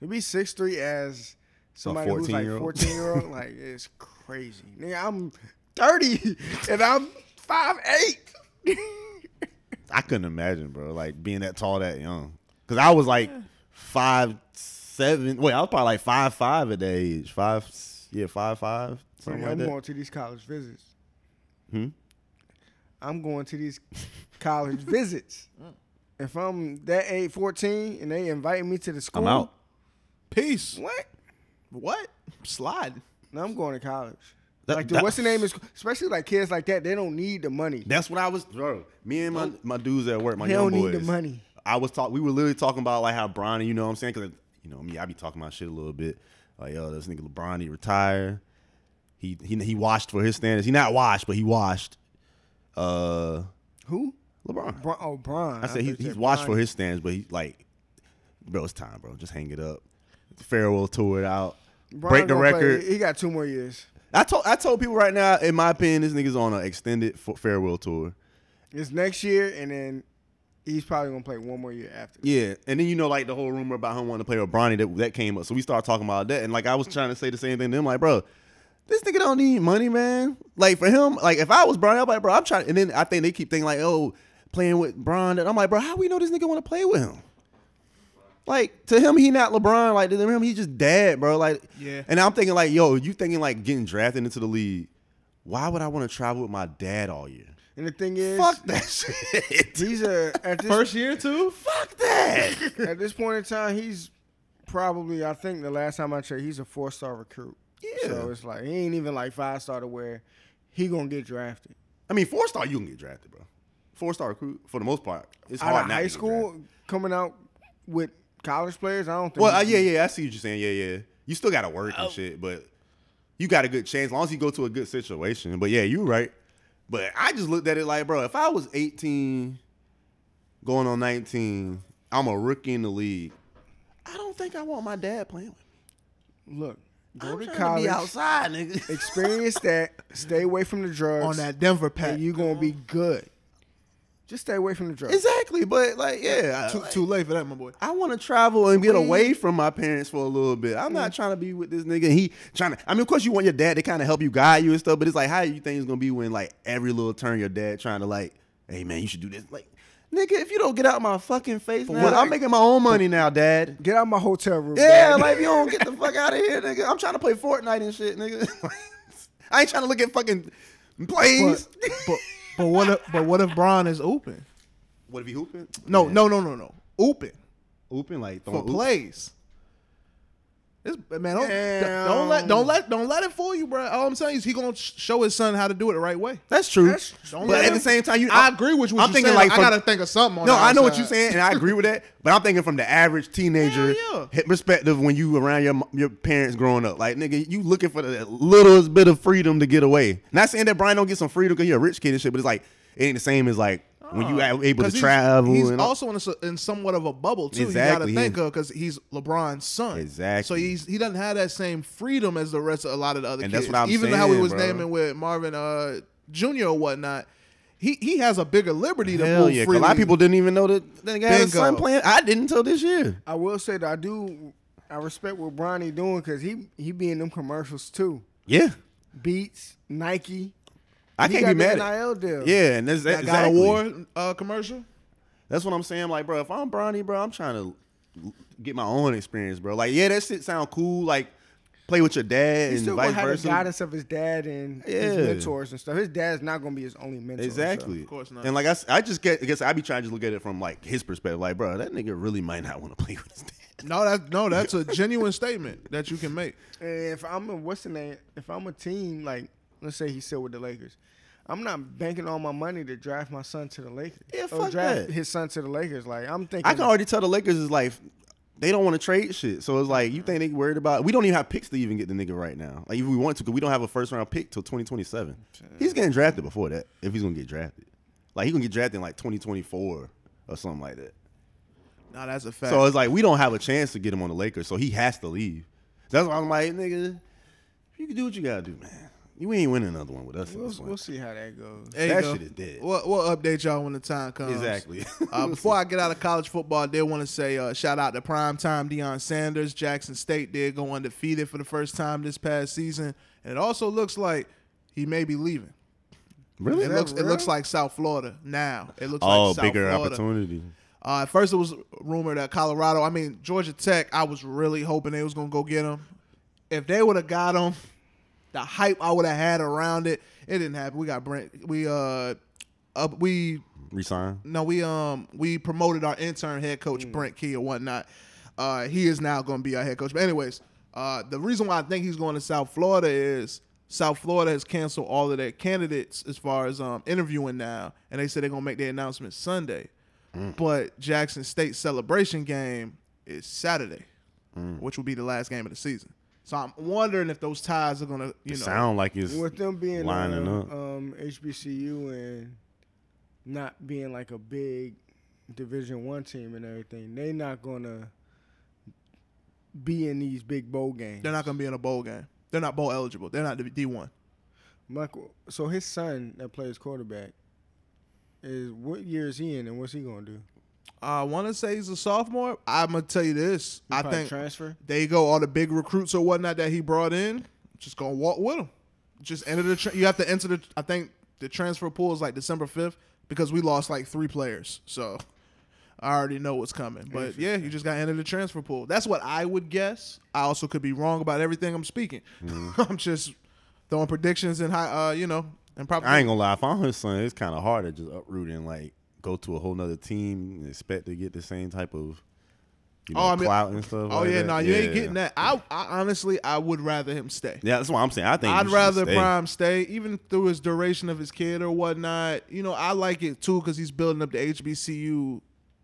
D: To be six three as somebody who's like
C: 14-year-old.
D: fourteen year old, like it's crazy. Nigga, I'm thirty and I'm five eight.
C: I couldn't imagine, bro, like being that tall that young. Cause I was like five seven. Wait, I was probably like five five at that age. Five yeah, five five. Something like
D: I'm
C: that.
D: going to these college visits.
B: Mm.
D: Hmm. I'm going to these college visits, If I'm that age, 14, and they invite me to the school,
C: I'm out.
B: Peace.
D: What?
B: What? Slide.
D: No, I'm going to college.
C: That-
D: like the,
C: that-
D: what's the name is especially like kids like that. They don't need the money.
C: That's what I was, bro. Me and my, my dudes at work, my
D: They
C: young
D: don't need
C: boys.
D: the money.
C: I was talk. We were literally talking about like how Bronny, you know what I'm saying? Because you know me, I be talking about shit a little bit. Like yo, this nigga LeBron, he retired. He he he washed for his standards. He not washed, but he washed. Uh,
D: Who?
C: LeBron.
D: Bron, oh, Bron.
C: I said he,
D: thought you
C: he's watched for
D: Bronny.
C: his stands, but he's like, bro, it's time, bro. Just hang it up. Farewell, tour it out.
D: Bron
C: break the
D: gonna play-
C: record.
D: He got two more years.
C: I told I told people right now, in my opinion, this nigga's on an extended f- farewell tour.
D: It's next year, and then he's probably gonna play one more year after. that.
C: Yeah, and then you know like the whole rumor about him wanting to play with Bronny that that came up. So we started talking about that, and like I was trying to say the same thing to him, like, bro, this nigga don't need money, man. Like for him, like if I was Bronny, I'm like, bro, I'm trying. And then I think they keep thinking like, oh, playing with Bron, and I'm like, bro, how we know this nigga want to play with him? Like to him, he not LeBron. Like to him, he just dad, bro. Like,
B: Yeah.
C: And I'm thinking like, yo, you thinking like getting drafted into the league? Why would I want to travel with my dad all year?
D: And the thing is,
C: Fuck that shit.
D: he's a at this
B: First year too.
C: Fuck that.
D: at this point in time, he's probably I think the last time I checked, he's a four star recruit.
C: Yeah.
D: So it's like he ain't even like five star to where he gonna get drafted.
C: I mean, four star, you can get drafted, bro. Four star recruit for the most part. It's
D: Out
C: hard
D: of
C: not to
D: high
C: get
D: school,
C: drafted.
D: coming out with college players, I don't think.
C: Well,
D: he-
C: uh, yeah, yeah, I see what you're saying. Yeah, yeah. You still got to work and shit, but you got a good chance as long as you go to a good situation. But yeah, you're right. But I just looked at it like, bro, if I was 18, going on 19, I'm a rookie in the league. I don't think I want my dad playing with me.
D: Look, go
C: I'm
D: to
C: trying
D: college,
C: to be outside, nigga.
D: experience that, stay away from the drugs,
B: On that Denver pack.
D: and you gonna be good. Just stay away from the drugs.
C: exactly, but like, yeah, I-
B: too,
C: like-
B: too late for that, my boy.
C: I want to travel and get away from my parents for a little bit. I'm not trying to be with this nigga. He trying to. I mean, of course, you want your dad to kind of help you guide you and stuff. But it's like, how you think it's gonna be when like every little turn your dad trying to like, hey man, you should do this. Like, nigga, if you don't get out my fucking face now,
D: what I-
C: I'm making my own money now, dad.
D: Get out of my hotel room.
C: Yeah,
D: dad.
C: like if you don't get the fuck out of here, nigga. I'm trying to play Fortnite and shit, nigga. I ain't trying to look at fucking plays.
B: But, but but what if but what if Bron is open?
C: what if he hooping?
B: No,
C: Man,
B: no, no, no, no. Open
C: hooping like
B: for
C: throwing oops.
B: plays. It's, man, don't,
C: Damn.
B: don't let don't let don't let it fool you, bro. All I'm saying is he gonna sh- show his son how to do it the right way.
C: That's true.
D: That's-
B: don't
C: but
B: let
C: at the
B: him-
C: same time, you,
B: I agree with what
C: I'm
B: you're
C: thinking
B: saying.
C: like
B: I
C: from-
B: gotta think of something. On
C: No,
B: the
C: I know what
B: outside.
C: you're saying, and I agree with that. But I'm thinking from the average teenager
B: Hell yeah.
C: hit perspective when you around your your parents growing up. Like nigga, you looking for the littlest bit of freedom to get away. Not saying that Brian don't get some freedom because you're a rich kid and shit, but it's like it ain't the same as like when you a- able to
B: Oh, 'Cause he's-
C: travel.
B: He's
C: and all-
B: also in, a s in somewhat of a bubble too. You
C: Exactly, he
B: got to think
C: is.
B: of because he's LeBron's son.
C: Exactly.
B: So he's he doesn't have that same freedom as the rest of a lot of the other
C: And that's
B: kids.
C: what I'm
B: Even how he
C: saying,
B: was
C: bro.
B: naming with Marvin uh, Jr. or whatnot, he he has a bigger liberty to
C: Hell
B: move
C: yeah, 'cause
B: freely.
C: a lot of people didn't even know that that nigga had a
B: Bingo.
C: son playing. I didn't until this year.
D: I will say that I do. I respect what Bronny doing because he he be in them commercials too.
C: Yeah,
D: Beats, Nike.
C: I
D: He
C: can't
D: got
C: be mad.
D: the
C: At,
D: NIL deal.
C: yeah, and that's, that's
B: that got a
C: exactly.
B: war uh, commercial.
C: That's what I'm saying. Like, bro, if I'm Bronny, bro, I'm trying to l- get my own experience, bro. Like, yeah, that shit sound cool. Like, play with your dad
D: He
C: and
D: still
C: vice
D: gonna have the
C: versa.
D: guidance of his dad and his
C: Yeah.
D: mentors and stuff. His dad's not gonna be his only mentor. and stuff.
C: Exactly.
B: Of course not.
C: And like I, s- I just get, I guess I be trying to just look at it from like his perspective. Like, bro, that nigga really might not want to play with his dad.
B: No, that no, that's a genuine statement that you can make.
D: And if I'm a what's the name? If I'm a team like let's say he's still with the Lakers, I'm not banking all my money to draft my son to the Lakers.
C: Yeah,
D: or
C: fuck
D: draft
C: that.
D: his son to the Lakers. Like I'm thinking,
C: I can already tell the Lakers is like they don't want to trade shit. So it's like you think they worried about? We don't even have picks to even get the nigga right now. Like if we want to, because we don't have a first round pick till 2027. He's getting drafted before that. If he's gonna get drafted, like he gonna get drafted in like 2024 or something like that.
B: No, that's a fact.
C: So it's like we don't have a chance to get him on the Lakers, so he has to leave. That's why I'm like, nigga, you can do what you gotta do, man. You ain't winning another one with us. at
D: We'll,
C: this
D: we'll
C: point.
D: see how that goes.
B: There you
C: that
B: go.
C: shit is dead.
B: We'll, we'll update y'all when the time comes.
C: Exactly.
B: Uh, before I get out of college football, I did want to say uh, shout out to primetime Deion Sanders. Jackson State did go undefeated for the first time this past season, and it also looks like he may be leaving.
C: really?
B: It
D: that
B: looks it
D: real?
B: looks like South Florida now. It looks
C: oh,
B: like South
C: bigger
B: Florida.
C: opportunity.
B: Uh, at first, it was rumored that Colorado. I mean Georgia Tech. I was really hoping they was gonna go get him. If they would have got him, the hype I would have had around it, it didn't happen. We got Brent. We uh uh, we
C: Resign.
B: no, we um we promoted our intern head coach Brent Key and whatnot. Uh, he is now going to be our head coach. But anyways, uh, the reason why I think he's going to South Florida is South Florida has canceled all of their candidates as far as um interviewing now, and they said they're going to make their announcement Sunday. But Jackson State celebration game is Saturday, which will be the last game of the season. So I'm wondering if those ties are going to you
C: It
B: know
C: sound like it's
D: With them being
C: lining
D: lining
C: up.
D: um HBCU and not being like a big Division One team and everything, they not gonna be in these big bowl games.
B: they're not going to be in a bowl game. They're not bowl eligible. They're not D one.
D: Michael, so his son that plays quarterback is what year is he in and what's he gonna do?
B: I want to say he's a sophomore. I'm gonna tell you this.
D: He
B: I
D: probably
B: think
D: transfer.
B: there you go. All the big recruits or whatnot that he brought in, just gonna walk with him. Just enter the. Tra- you have to enter the. I think the transfer pool is like December 5th because we lost like three players. So I already know what's coming. But yeah, you just gotta enter the transfer pool. That's what I would guess. I also could be wrong about everything I'm speaking.
C: Mm-hmm.
B: I'm just throwing predictions and high. Uh, you know, and probably
C: I ain't gonna lie. If I'm his son, it's kind of hard to just uproot and like go to a whole nother team and expect to get the same type of you know,
B: Oh, I mean-
C: clout and stuff.
B: Oh
C: like
B: yeah,
C: that.
B: no, you ain't
C: Yeah.
B: getting that. I, I honestly, I would rather him stay.
C: Yeah, that's what I'm saying. I think
B: I'd
C: he should
B: rather
C: stay.
B: Prime stay, even through his duration of his kid or whatnot. You know, I like it too because he's building up the HBCU.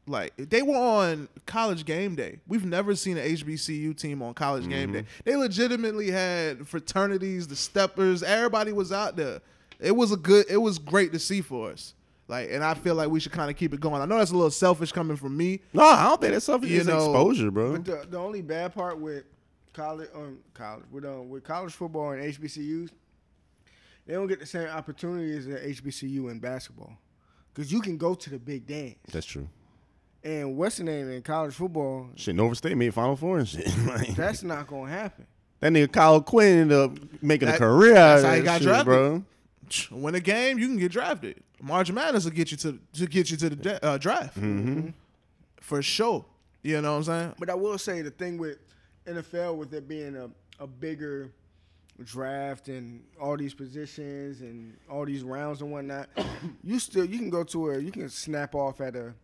B: Like they were on college game day. We've never seen an HBCU team on college game
C: Mm-hmm.
B: day. They legitimately had fraternities, the steppers, everybody was out there. It was a good it was great to see for us. Like and I feel like we should kind of keep it going. I know that's a little selfish coming from me.
C: No, I don't think that's something.
B: You
C: It's
B: know,
C: exposure, bro.
D: But the, the only bad part with college, um, college with um, with college football and HBCUs, they don't get the same opportunities that HBCU in basketball, because you can go to the big dance.
C: That's true.
D: And what's the name in college football?
C: Shit, Nova State made Final Four and shit. Like,
D: That's not gonna happen.
C: that nigga Kyle Quinn ended up making a
B: That-
C: career out
B: that's
C: of
B: how
C: that
B: he got
C: shit,
B: drafted.
C: bro.
B: Win a game, you can get drafted. March Madness will get you to to get you to the dra- uh, draft
C: Mm-hmm.
B: for sure. You know what I'm saying?
D: But I will say the thing with NFL with it being a, a bigger draft and all these positions and all these rounds and whatnot, you still you can go to a you can snap off at a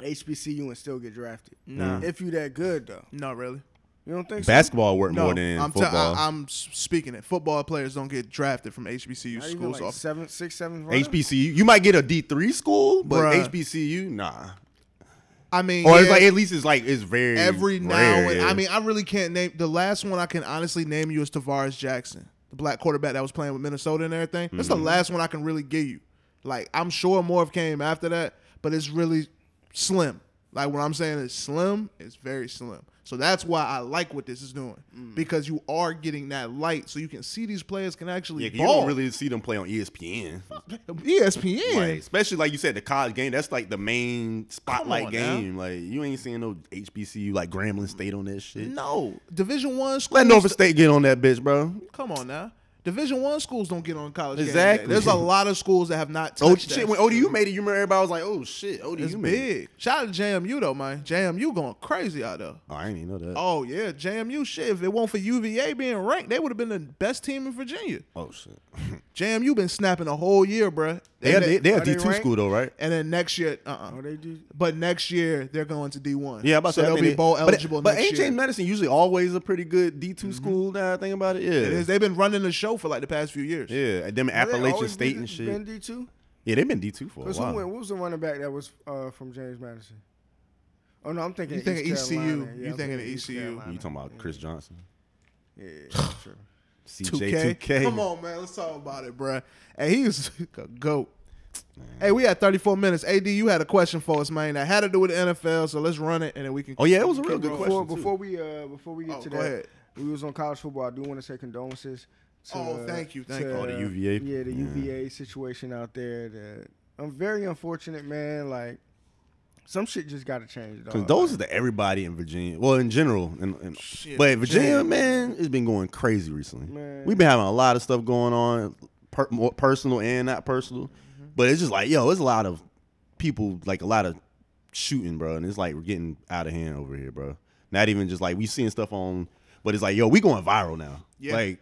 D: HBCU and still get drafted.
B: Nah.
D: If you that good though.
B: Not really.
D: You don't think so?
C: Basketball worked
B: No,
C: more than
B: I'm, te-
C: football.
B: I, am speaking it. Football players don't get drafted from HBCU
D: Not even
B: schools.
D: like
B: off.
D: seventh, sixth, seventh round?
C: HBCU, you might get a D three school, but
B: Bruh.
C: HBCU, nah.
B: I mean,
C: Or it's
B: yeah,
C: like at least it's like it's very
B: every now
C: rare,
B: and
C: yeah.
B: I mean, I really can't name the last one. I can honestly name you is Tavares Jackson, the black quarterback that was playing with Minnesota and everything. That's the
C: Mm-hmm.
B: last one I can really give you. Like I'm sure more of came after that, but it's really slim. Like what I'm saying is slim. It's very slim. So that's why I like what this is doing
C: Mm.
B: because you are getting that light, so you can see these players can actually
C: Yeah, 'cause you
B: ball. E
C: don't really see them play on E ESPN,
B: ESPN.
C: Like, especially like you said, the college game. That's like the main spotlight
B: on now.
C: game. Like you ain't seeing no HBCU like Grambling State on that shit.
B: No, Division One
C: Let
B: schools.
C: Nova State get on that bitch, bro.
B: Come on now. Division One schools don't get on college. game day.
C: Exactly.
B: There's a lot of schools that have not
C: Oh
B: touched
C: shit!
B: that.
C: When ODU made it, you remember everybody was like, "Oh shit, ODU
B: It's
C: made it."
B: big. Shout out to JMU though, man. JMU going crazy out there.
C: Oh, I didn't even know that.
B: Oh yeah, JMU shit. If it weren't for UVA being ranked, they would have been the best team in Virginia.
C: Oh shit!
B: JMU been snapping a whole year, bruh.
C: They
B: and,
C: had- they,
B: then,
C: they had
D: are they
C: D two
D: ranked?
C: school though, right?
B: and then next year, uh, uh
D: Oh, they do.
B: But next year they're going to D one.
C: Yeah, I'm about
B: so
C: to say, I
B: they'll
C: think
B: be
C: they-
B: bowl
C: but-
B: eligible
C: But,
B: next
C: AJ
B: year.
C: Madison usually always a pretty good D 2 school. Now I think about Mm-hmm. it, yeah,
B: It is. They've been running the show for like the past few years.
C: yeah. And them Appalachian State and shit.
D: Ben D two.
C: yeah, they've been D two
B: Oh,
C: for a
D: Because who
C: while.
D: went? What was the running back that was uh, from James Madison? Oh no, I'm thinking.
B: You thinking
D: East
B: ECU.
D: Carolina.
B: You
D: Yeah, I'm
B: thinking E
D: East
B: ECU.
D: Carolina.
C: you talking about Chris Johnson,
D: Yeah, yeah, true.
C: CJ two K?
B: Come on, man. Let's talk about it, bruh. Hey, he was a goat. Hey, we had 34 minutes. AD, you had a question for us, man. That had to do with the NFL, so let's run it and then we can.
C: Oh yeah, it was a real good
D: before,
C: question. too.
D: Before we uh, before we get
B: Oh,
D: to
B: go
D: that,
B: ahead.
D: we was on college football. I do want to say condolences. To,
B: Oh, thank you, thank
D: to,
B: you.
C: Oh, the UVA.
D: Yeah, the
C: Yeah.
D: UVA situation out there. That I'm very unfortunate, man. Like some shit just got to change.
C: Cause
D: dog.
C: those are the everybody in Virginia. Well, in general, and, and-
B: Shit,
C: but Virginia,
B: Virginia.
C: man, it's been going crazy recently.
D: Man.
C: We've been having a lot of stuff going on, per, more personal and not personal. But it's just like, yo, it's a lot of people, like a lot of shooting, bro, and it's like we're getting out of hand over here, bro. Not even just like we seeing stuff on, but it's like, yo, we going viral now.
B: Yeah.
C: Like,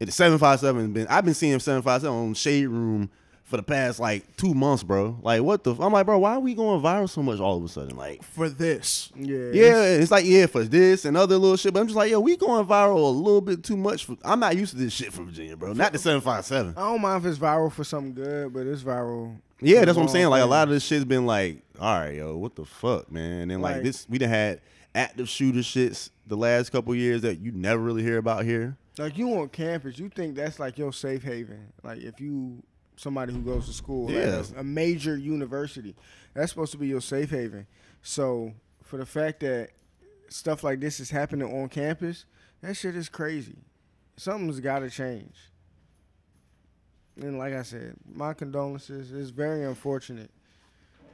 C: it's seven five seven. Been I've been seeing seven five seven on Shade Room for the past like two months, bro. Like what the? F-? I'm like, bro, why are we going viral so much all of a sudden? Like,
B: for this.
D: Yeah.
C: yeah, it's like yeah for this and other little shit. But I'm just like, yo, we going viral a little bit too much. For, I'm not used to this shit from Virginia, bro. Not the seven five seven.
D: I don't mind if it's viral for something good, but it's viral.
C: Yeah, that's what I'm saying. Like a lot of this shit's been like, all right, yo, what the fuck, man? And then like,
D: Like-
C: this, we done had active shooter shits the last couple years that you never really hear about here.
D: Like you on campus, you think that's like your safe haven. Like if you somebody who goes to school, like
C: Yeah.
D: a, a major university, that's supposed to be your safe haven. So for the fact that stuff like this is happening on campus, that shit is crazy. Something's got to change. And like I said, my condolences. It's very unfortunate.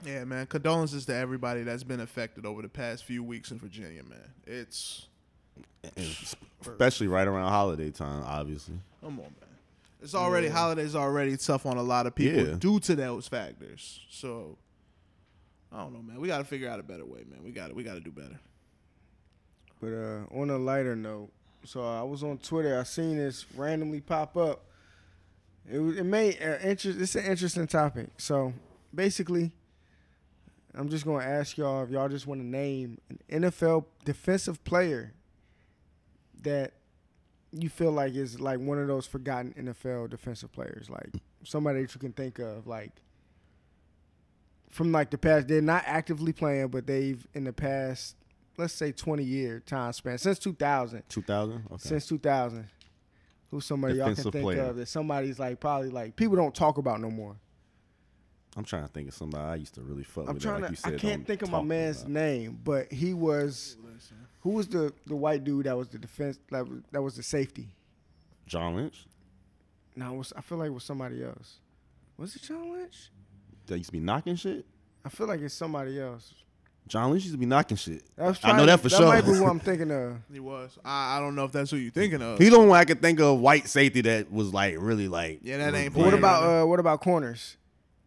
B: Yeah, man. Condolences to everybody that's been affected over the past few weeks in Virginia, man. It's
C: And s- especially right around holiday time, obviously.
B: come on, man. It's already holidays already tough on a lot of people
C: Yeah.
B: due to those factors. So I don't know, man. We got to figure out a better way, man. We got to we got to do better.
D: But uh, on a lighter note, so I was on Twitter. I seen this randomly pop up. It was it made uh, interest. It's an interesting topic. So basically, I'm just gonna ask y'all if y'all just want to name an NFL defensive player that you feel like is like one of those forgotten NFL defensive players, like somebody that you can think of, like from like the past. They're not actively playing, but they've in the past, let's say 20 year time span since 2000
C: Two thousand. Okay.
D: since 2000. Who's somebody y'all can
C: Defensive
D: think
C: player.
D: of that somebody's like probably like people don't talk about no more.
C: I'm trying to think of somebody I used to really fuck
D: I'm
C: with.
D: trying
C: that, like you
D: to.
C: said,
D: I can't
C: don't
D: think of my
C: talk
D: man's
C: about.
D: name, but he was. Who was the the white dude that was the defense that was, that was the safety?
C: John Lynch.
D: No, it was, I feel like it was somebody else. Was it John Lynch?
C: That used to be knocking shit.
D: I feel like it's somebody else.
C: John Lynch used to be knocking shit.
D: That was
C: I know
D: probably-
C: that for sure.
D: That might be what I'm thinking of.
B: He was. I, I don't know if that's who you're thinking of.
C: He's the only one I could think of white safety that was like really like.
B: Yeah, that ain't
C: was
D: What
B: Yeah.
C: playing.
D: about uh, what about corners?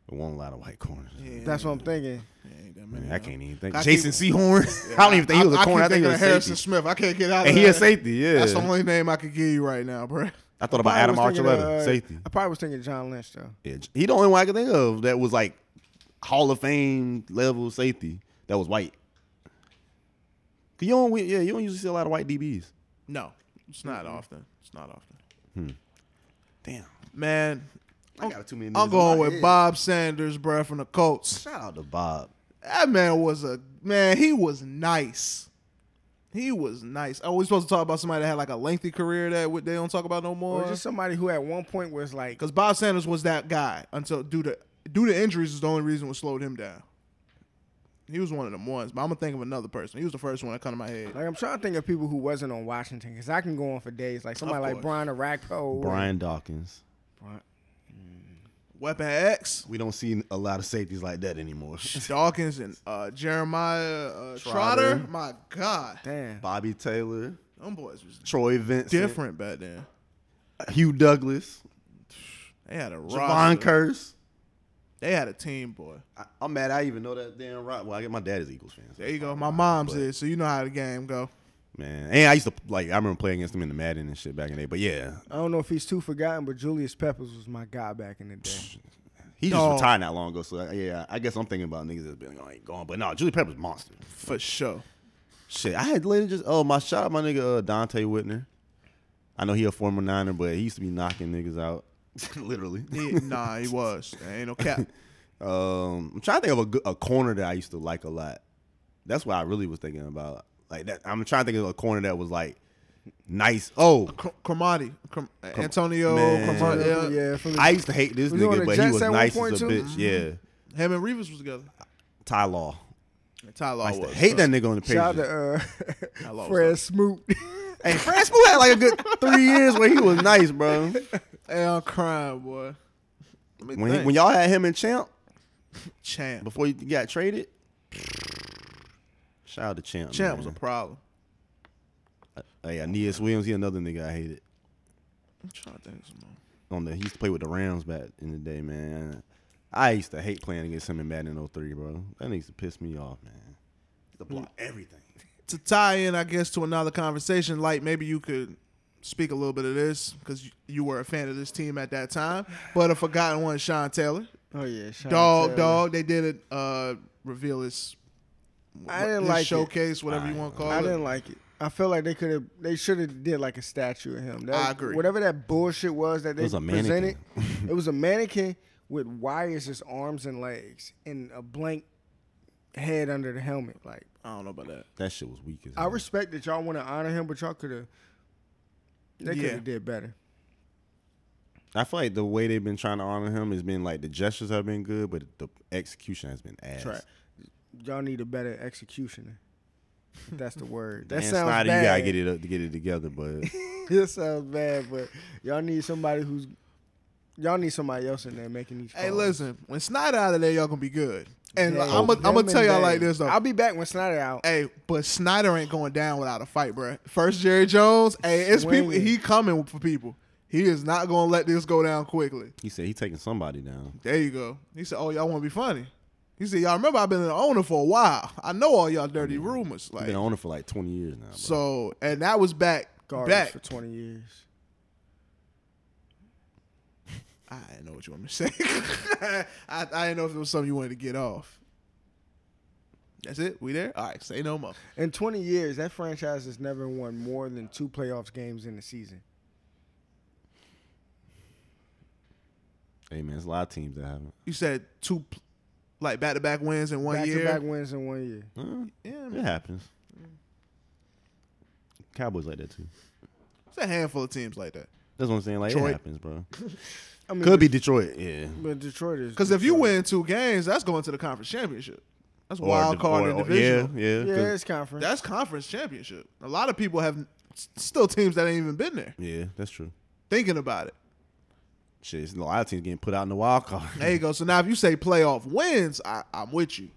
C: There wasn't a lot of white corners.
B: Yeah,
D: That's what I'm thinking.
B: yeah, ain't that
C: Man,
B: many
C: I
B: of them.
C: can't even think.
B: I
C: Jason Seahorn. I don't even think he was a
B: I
C: corner. I,
B: keep
C: think he
B: thinking
C: was
B: of
C: a
B: Harrison
C: safety.
B: Smith. I can't get out of
C: And
B: that.
C: he a safety. Yeah.
B: That's the only name I could give you right now, bro.
C: I thought
D: Probably
C: about Adam
D: was thinking of,
C: Archuleta,
D: uh,
C: safety.
D: I probably was thinking John Lynch though.
C: Yeah, J- he the only one I could think of that was like Hall of Fame level safety that was white. 'Cause You don't, yeah, you don't usually see a lot of white DBs.
B: No, it's not often. It's not often.
C: Damn,
B: Man,
C: I got too many.
B: I'm
C: niggas
B: going
C: in my
B: with
C: head.
B: Bob Sanders, bruh, from the Colts.
C: Shout out to Bob.
B: That man was a man. He was nice. He was nice. Oh, we supposed to talk about somebody that had like a lengthy career that we- they don't talk about no
D: Or
B: more.
D: just somebody who at one point was like
B: Because Bob Sanders was that guy until due to due to injuries is the only reason what slowed him down. He was one of them ones, but I'm gonna think of another person. He was the first one that come to my head.
D: Like I'm trying to think of people who wasn't on Washington because I can go on for days. Like somebody like
B: course.
D: Brian Arakpo.
C: Brian Dawkins.
B: Weapon X,
C: We don't see a lot of safeties like that anymore.
B: Dawkins, and uh, Jeremiah uh, Trotter.
C: Trotter.
B: My God,
D: Damn.
C: Bobby Taylor,
B: them boys was
C: Troy Vincent,
B: different back then.
C: Hugh Douglas,
B: They had a roster.
C: Javon Curse.
B: They had a team, boy.
C: I, I'm mad. I even know that damn rock. Well, I get my dad is Eagles fan. so
B: There you
C: that's
B: go.
C: all
B: My
C: right,
B: mom's
C: but-
B: is, so you know how the game go.
C: Man, and I used to like. I remember playing against him in the Madden and shit back in the day. But yeah,
D: I don't know if he's too forgotten, but Julius Peppers was my guy back in the day.
C: He just
B: No.
C: retired not long ago, so uh, yeah, I guess I'm thinking about niggas that's been like, gone. But no, Julie Pepper's monster.
B: For sure.
C: Shit, I had later just oh my shout out my nigga uh, Dante Whitner. I know he a former Niner, but he used to be knocking niggas out, literally.
B: He- nah, he was. There ain't no cap.
C: Um, I'm trying to think of a, good- a corner that I used to like a lot. That's what I really was thinking about. Like that, I'm trying to think of a corner that was like nice. Oh,
B: Cr- Cromartie. Crom- Antonio
C: Man.
B: Cromartie. Yeah.
D: yeah, from the,
C: I used to hate this
D: Was he on
C: nigga,
D: the
C: but he
D: Jets
C: was
D: at one
C: nice
D: point
C: as a
D: too?
C: bitch. Yeah,
B: Him and Reeves was together.
C: Ty Law.
B: And Ty Law
C: I used to
B: was.
C: hate that nigga on the page.
D: shout out to
B: I
D: uh,
B: lost
D: Fred Smoot.
C: Hey, Fred Smoot had like a good three years where he was nice, bro.
B: Hey, I'm crying, boy. Let me
C: When, he-
B: think.
C: when y'all had him and Champ
B: Champ.
C: before you got traded, shout out to Champ.
B: Champ
C: man.
B: was a problem.
C: Oh, yeah, Aeneas Williams, he another nigga I hated.
B: I'm trying to think of some more.
C: On the he used to play with the Rams back in the day, man. I used to hate playing against him in Madden 03, bro. That used to piss me off, man. The block everything.
B: To tie in, I guess, to another conversation, like maybe you could speak a little bit of this because you, you were a fan of this team at that time. But a forgotten one, Sean Taylor,
D: Oh yeah, Sean
B: dog,
D: Taylor.
B: dog. They did a uh, reveal his,
D: I didn't
B: his
D: like it.
B: showcase, whatever you want to call
D: I
B: it.
D: didn't like it. I feel like they could have, they should have did like a statue of him. That,
B: I agree.
D: Whatever that bullshit was that they
C: was a
D: presented,
C: mannequin.
D: it was a mannequin with wires his arms and legs and a blank head under the helmet. Like
B: I don't know about that.
C: That shit was weak as
D: I
B: Mm.
C: hell.
D: respect that y'all want to honor him, but y'all could have, they could have
B: Yeah.
D: did better.
C: I feel like the way they've been trying to honor him has been like the gestures have been good, but the execution has been ass.
D: Try. Y'all need a better executioner. If That's the word. That
C: Dan
D: sounds
C: Snyder,
D: bad.
C: you gotta get it up to get it together, but
D: This sounds bad, but y'all need somebody who's y'all need somebody else in there making these.
B: Hey,
D: calls.
B: listen, when Snyder out of there, y'all gonna be good. And
D: Damn.
B: I'm gonna I'm
D: Them
B: gonna tell
D: and
B: y'all
D: Dame.
B: like this though.
D: I'll be back when Snyder out.
B: Hey, but Snyder ain't going down without a fight, bruh. First Jerry Jones, hey, it's people.
D: Swinging.
B: He coming for people. He is not gonna let this go down quickly.
C: he said he taking somebody down.
B: There you go. He said, "Oh, y'all want to be funny." He said, "Y'all remember I've been an owner for a while. I know all y'all dirty rumors."
C: He's
B: Like
C: been on it for like twenty years now. Bro.
B: so, and that was back.
D: Guards
B: back.
D: for twenty years.
B: I didn't know what you wanted to say. I, I didn't know if it was something you wanted to get off. That's it. We there? All right. Say no more.
D: In twenty years, that franchise has never won more than two playoffs games in the season.
C: hey man, it's a lot of teams that haven't.
B: You said two, pl- like back to back wins in one
D: Back
B: year.
D: to back wins in one year.
C: Huh?
B: Yeah,
C: It happens. Cowboys like that too.
B: It's a handful of teams like that.
C: That's what I'm saying. Like
B: Detroit.
C: it happens, bro.
D: I mean,
C: Could be Detroit. Yeah.
D: but Detroit is
B: Because if you
D: Detroit.
B: win two games, that's going to the conference championship. That's
C: Or
B: wild
C: div-
B: card
C: or-
B: and
C: or-
B: divisional.
C: Yeah, yeah.
D: yeah,
C: 'cause-
D: it's conference.
B: That's conference championship. A lot of people have s- still teams that ain't even been there.
C: yeah, that's true.
B: Thinking about it.
C: Shit, it's a lot of teams getting put out in the wild card.
B: There you go. So now if you say playoff wins, I, I'm with you.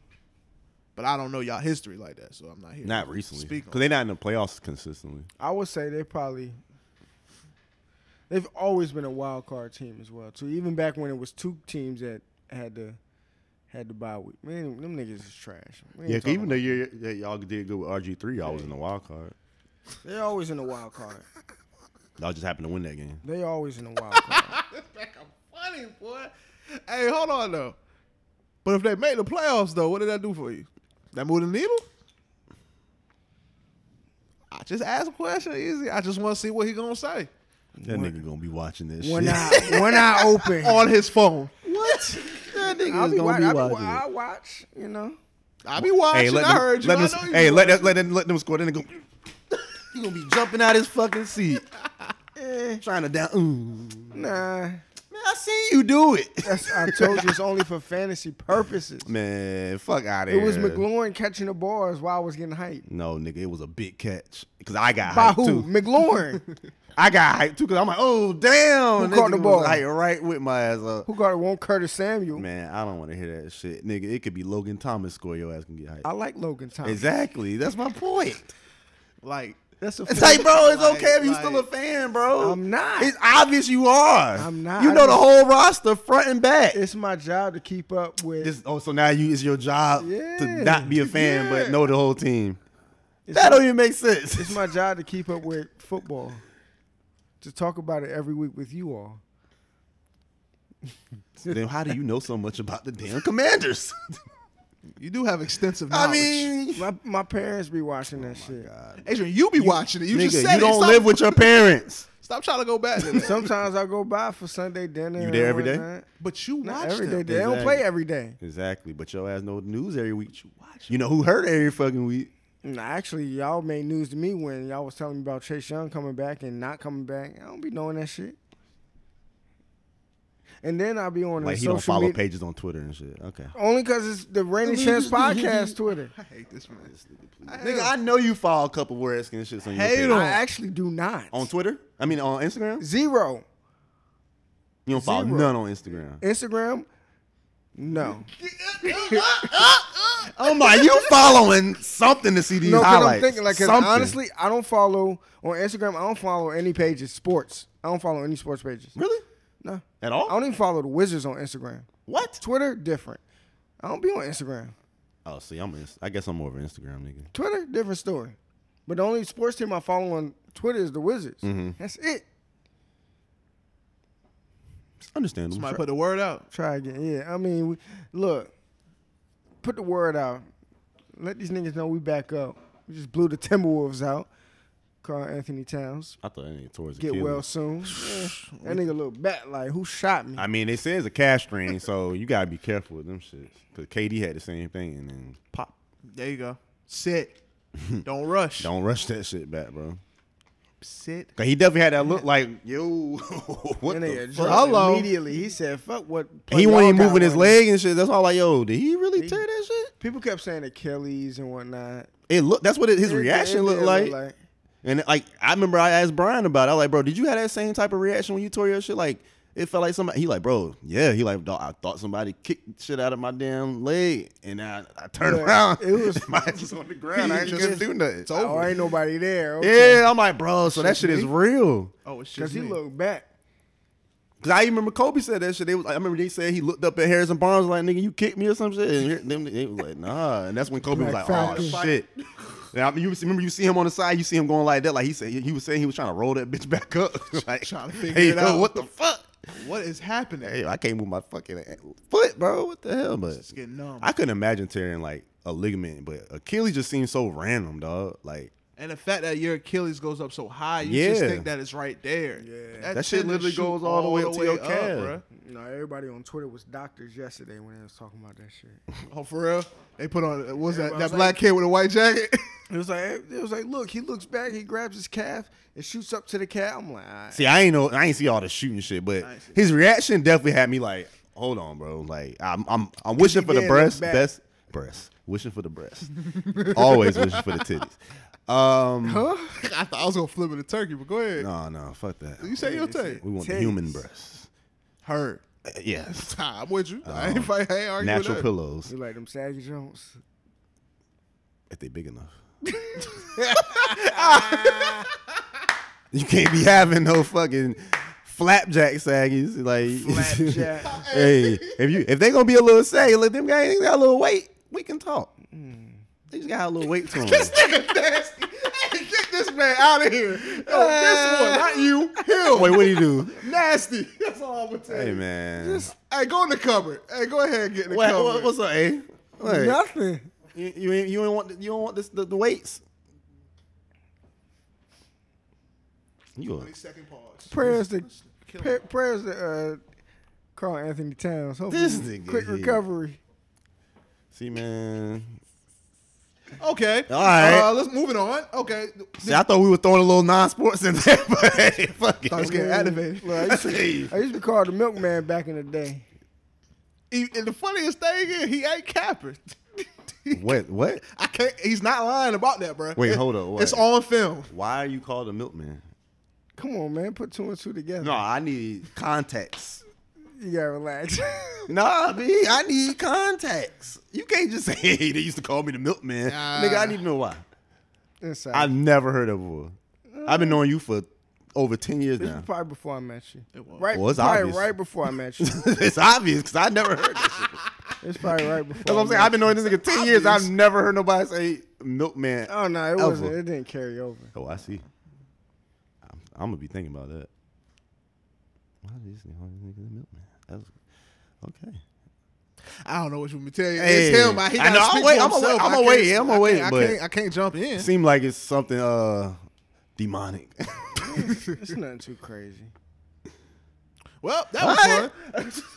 B: But I don't know y'all history like that, so I'm not here.
C: not
B: to
C: recently.
B: Speak
C: Because
B: on. it.
C: they're not in the playoffs consistently.
D: I would say they probably they've always been a wild card team as well. So even back when it was two teams that had to had to buy week. Man, them niggas is trash. We ain't
C: Yeah, 'cause
D: talking
C: even though
D: about-
C: you that y'all did good with RG3, y'all was in the wild card.
D: they're always in the wild card.
C: Y'all just happened to win that game.
D: They always in the wild card.
B: I'm funny, boy. Hey, hold on though. But if they made the playoffs though, what did that do for you? That move the needle? I just asked a question easy. I just want to see what he gonna say.
C: That nigga gonna be watching this
D: One
C: shit.
D: eye, one eye open.
B: on his phone.
C: What? that nigga
D: I'll
C: is
D: be,
C: gonna
D: watch,
C: be
D: I'll
C: watching.
D: be wa-
C: it.
D: I'll watch. You know,
B: I be watching.
C: Hey, let
B: I
C: them,
B: heard you.
C: let
B: I
C: them,
B: know you.
C: hey, let them, let them, let them score. Then they go. You gonna be jumping out his fucking seat,
D: eh,
C: trying to down. mm.
D: nah.
C: Man, I seen you do it.
D: That's, I told you it's only for fantasy purposes.
C: Man, fuck out of
D: It
C: here.
D: was McLaurin catching the bars while I was getting hyped.
C: No, nigga, it was a big catch because I got
D: By
C: hyped
D: who?
C: too.
D: McLaurin.
C: I got hyped too because I'm like, oh damn,
D: Who caught
C: nigga
D: the
C: was
D: ball?
C: like right with my ass up.
D: Who got it? Won't Curtis Samuel.
C: Man, I don't want to hear that shit, nigga. It could be Logan Thomas score. Your ass can get hyped.
D: I like Logan Thomas.
C: exactly, that's my point.
B: Like
D: That's a
C: It's like, bro, it's
B: Like-
C: okay if you
B: like-
C: still a fan, bro.
D: I'm not.
C: It's obvious you are.
D: I'm not.
C: You
D: I
C: know the
D: just-
C: whole roster, front and back.
D: it's my job to keep up with.
C: This- oh, so now you it's your job
D: Yeah.
C: to not be a fan,
B: Yeah.
C: but know the whole team.
D: it's,
C: That don't
D: my,
C: even make sense.
D: it's my job to keep up with football. To talk about it every week with you all.
C: then how do you know so much about the damn Commanders?
B: you do have extensive knowledge.
C: I mean,
D: My my parents be watching that
C: Oh
D: shit.
B: Adrian, you be watching it. You
C: nigga,
B: just said
C: you
B: it.
C: don't
B: Stop-
C: live with your parents.
B: Stop trying to go back. to that.
D: Sometimes I go by for Sunday dinner.
C: You
D: and
C: there every day?
D: whatnot.
B: but you
D: Not
B: watch
D: every day.
B: them.
D: They don't play every day.
C: Exactly, but your ass know the news every week. You watch. You know who hurt every fucking week.
D: And actually, y'all made news to me when y'all was telling me about Chase Young coming back and not coming back. I don't be knowing that shit. And then I'll be on
C: Like
D: the
C: he
D: social
C: don't follow
D: media.
C: pages on Twitter and shit. Okay.
D: Only because it's the Rainy Chance podcast Twitter.
B: I hate this man.
C: Nigga, I know you follow a couple weird skin shits on your
B: Hate
C: page.
B: on-
D: I actually do not.
C: on Twitter. I mean, on Instagram.
D: Zero.
C: You don't follow
D: Zero.
C: none on Instagram.
D: Instagram? No.
C: Oh my, you following something to see these
D: No, 'cause I'm
C: highlights?
D: thinking like 'cause
C: Something.
D: honestly, I don't follow on Instagram. I don't follow any pages sports. I don't follow any sports pages.
C: really,
D: No.
C: at
D: I
C: all?
D: don't even follow the Wizards on Instagram.
C: what?
D: Twitter different. I don't be on Instagram.
C: Oh, see, I'm. A, i am I guess I'm more of an Instagram nigga.
D: Twitter different story. But the only sports team I follow on Twitter is the Wizards.
C: Mhm.
D: That's it.
C: It's understandable.
B: Somebody put the word out.
D: Try again. Yeah, I mean, we, look, put the word out. Let these niggas know we back up. We just blew the Timberwolves out. Carl Anthony Towns.
C: I thought it towards
D: Get
C: Achilles.
D: well soon. Yeah. That nigga look back like who shot me.
C: I mean, they say it's a cash strain, so you gotta be careful with them shits. Cause KD had the same thing, and then pop.
B: There you go. Sit. Don't rush.
C: Don't rush that shit back, bro.
B: sit.
C: Cause he definitely had that look like yo, what
D: That
C: the
D: nigga
C: fuck?
D: dropped
B: Hello.
D: immediately. He said, "Fuck what." play
C: He wasn't
D: y'all
C: even
D: got
C: moving his
D: running."
C: leg and shit. That's all like yo, did he really
D: He-
C: tear that shit?
D: People kept saying Achilles and whatnot.
C: It looked. That's what it, his
D: It- it
C: reaction
D: did
C: looked
D: look
C: like. And like I remember, I asked Brian about. it. I was like, bro, did you have that same type of reaction when you tore your shit? Like it felt like somebody. He like, bro, yeah. He like, dog, I thought somebody kicked the shit out of my damn leg, and I, I turned
D: Yeah,
C: around.
D: it was-
C: and my ass was on the ground. I ain't
B: Just-
C: just do nothing.
B: over.
D: Oh, ain't nobody there.
C: Yeah, I'm like, bro, so that
B: Just
C: shit is
B: me?
C: real.
B: Oh, it's
D: because
B: just
D: he
B: me.
D: looked back.
C: Cause I even remember Kobe said that shit. They was, I remember they said he looked up at Harrison Barnes like, nigga, you kicked me or some shit. And here- them, they was like, nah. And that's when Kobe was
D: Black
C: like, oh
D: Falcon.
C: shit. And I mean, you see- remember you see him on the side, you see him going like that, like he said he was saying he was trying to roll that bitch back up, like
B: Trying to figure
C: hey,
B: it
C: yo,
B: out.
C: What the fuck?
B: What is happening?
C: Hey, I can't move my fucking foot, bro. What the hell, but
B: It's getting numb.
C: I couldn't imagine tearing like a ligament, but Achilles just seems so random, dog. Like
B: and the fact that your Achilles goes up so high, you just
C: Yeah.
B: think that it's right there. Yeah.
C: That shit literally goes all the way up to your calf.
D: No, everybody on Twitter was doctors yesterday when they was talking about that shit.
B: bruh. Oh, for real? They put on what was that
D: Everybody
B: that
D: was like-
B: black kid with a white jacket?
D: It was like it was like, look, he looks back, he grabs his calf and shoots up to the calf. I'm like, all right.
C: See, I ain't know, I ain't see all the shooting shit, but
B: ain't see
C: his reaction definitely had me like, hold on, bro. Like, I'm, I'm, I'm wishing
D: he
C: for the
D: did
C: breast,
D: look back.
C: best breast, wishing for the breast, always wishing for the titties. Um,
B: huh? I thought I was gonna flip it to turkey, but go ahead.
C: no, no, fuck that.
B: You say your take.
C: we want the
D: titties.
C: human breasts.
B: Heard.
C: Uh, Yes,
B: Nah, I'm with you. I ain't fight. I ain't arguing
C: Uh, natural
B: that.
C: pillows
D: You like them saggy jones?
C: if they big enough. you can't be having no fucking flapjack saggies like
D: Flapjack.
C: hey, if you if they gonna be a little saggy, look them guys got a little weight. We can talk. They just got a little weight to them.
B: Get this man out of here. Yo, this one, not you. Him.
C: Wait, what do you do?
B: Nasty. That's all I'm gonna tell
C: Hey
B: you.
C: man,
B: Hey, go in the cupboard. Hey, go ahead and get in the
C: What-
B: cupboard.
C: what- what's up, eh? What?
D: Nothing.
C: You you ain't- you don't want the- you don't want this the, the weights. You a-
B: Second pause.
D: Prayers to
B: Kill
D: pra- prayers to uh, Carl Anthony Towns. Hopefully
C: This nigga
D: quick
C: here.
D: recovery.
C: see man.
B: Okay.
C: All right.
B: Uh, let's moving on. Okay.
C: See, I thought we were throwing a little non-sports in there, but hey, fuck it.
B: I was getting activated.
D: Look, I used to-
C: Hey.
D: I used to be called the milkman back in the day.
B: He- and the funniest thing is he ain't capping.
C: What? What?
B: I can't. He's not lying about that, bro.
C: Wait, hold up, what?
B: It's on film.
C: Why are you called a milkman?
D: Come on, man, put two and two together.
C: No, I need context.
D: You gotta relax.
C: Nah, B, I need context. You can't just say, hey, they used to call me the milkman.
B: Nah.
C: Nigga, I need to know why.
D: Inside.
C: I've never heard of it. I've been knowing you for over 10 years
D: This
C: now.
D: was probably before I met you.
B: It was.
D: Right,
C: Well, it's
D: probably
C: obvious.
D: right before I met you.
C: it's obvious because I never heard that shit.
D: It's probably right before.
C: That's what I'm saying.
D: I
C: I've
D: met
C: been knowing this nigga 10 years. I've never heard nobody say milkman.
D: you. Oh no, it
C: Ever.
D: wasn't. It didn't carry over.
C: Oh, I see. I'm, I'm gonna be thinking about that. Why is this nigga, why this nigga the milkman? That's okay.
B: I don't know what you want me to tell you.
C: Hey.
B: it's him. I, he
C: I know,
B: gotta
C: I'ma
B: speak
C: wait,
B: for
C: I'ma
B: himself.
C: wait, I'ma
B: I can't-
C: wait, I'ma
B: I can't-
C: wait,
B: I
C: but-
B: can't, I can't jump in.
C: It seemed like it's something uh demonic.
D: It's nothing too crazy.
B: well, that
C: What?
B: was fun.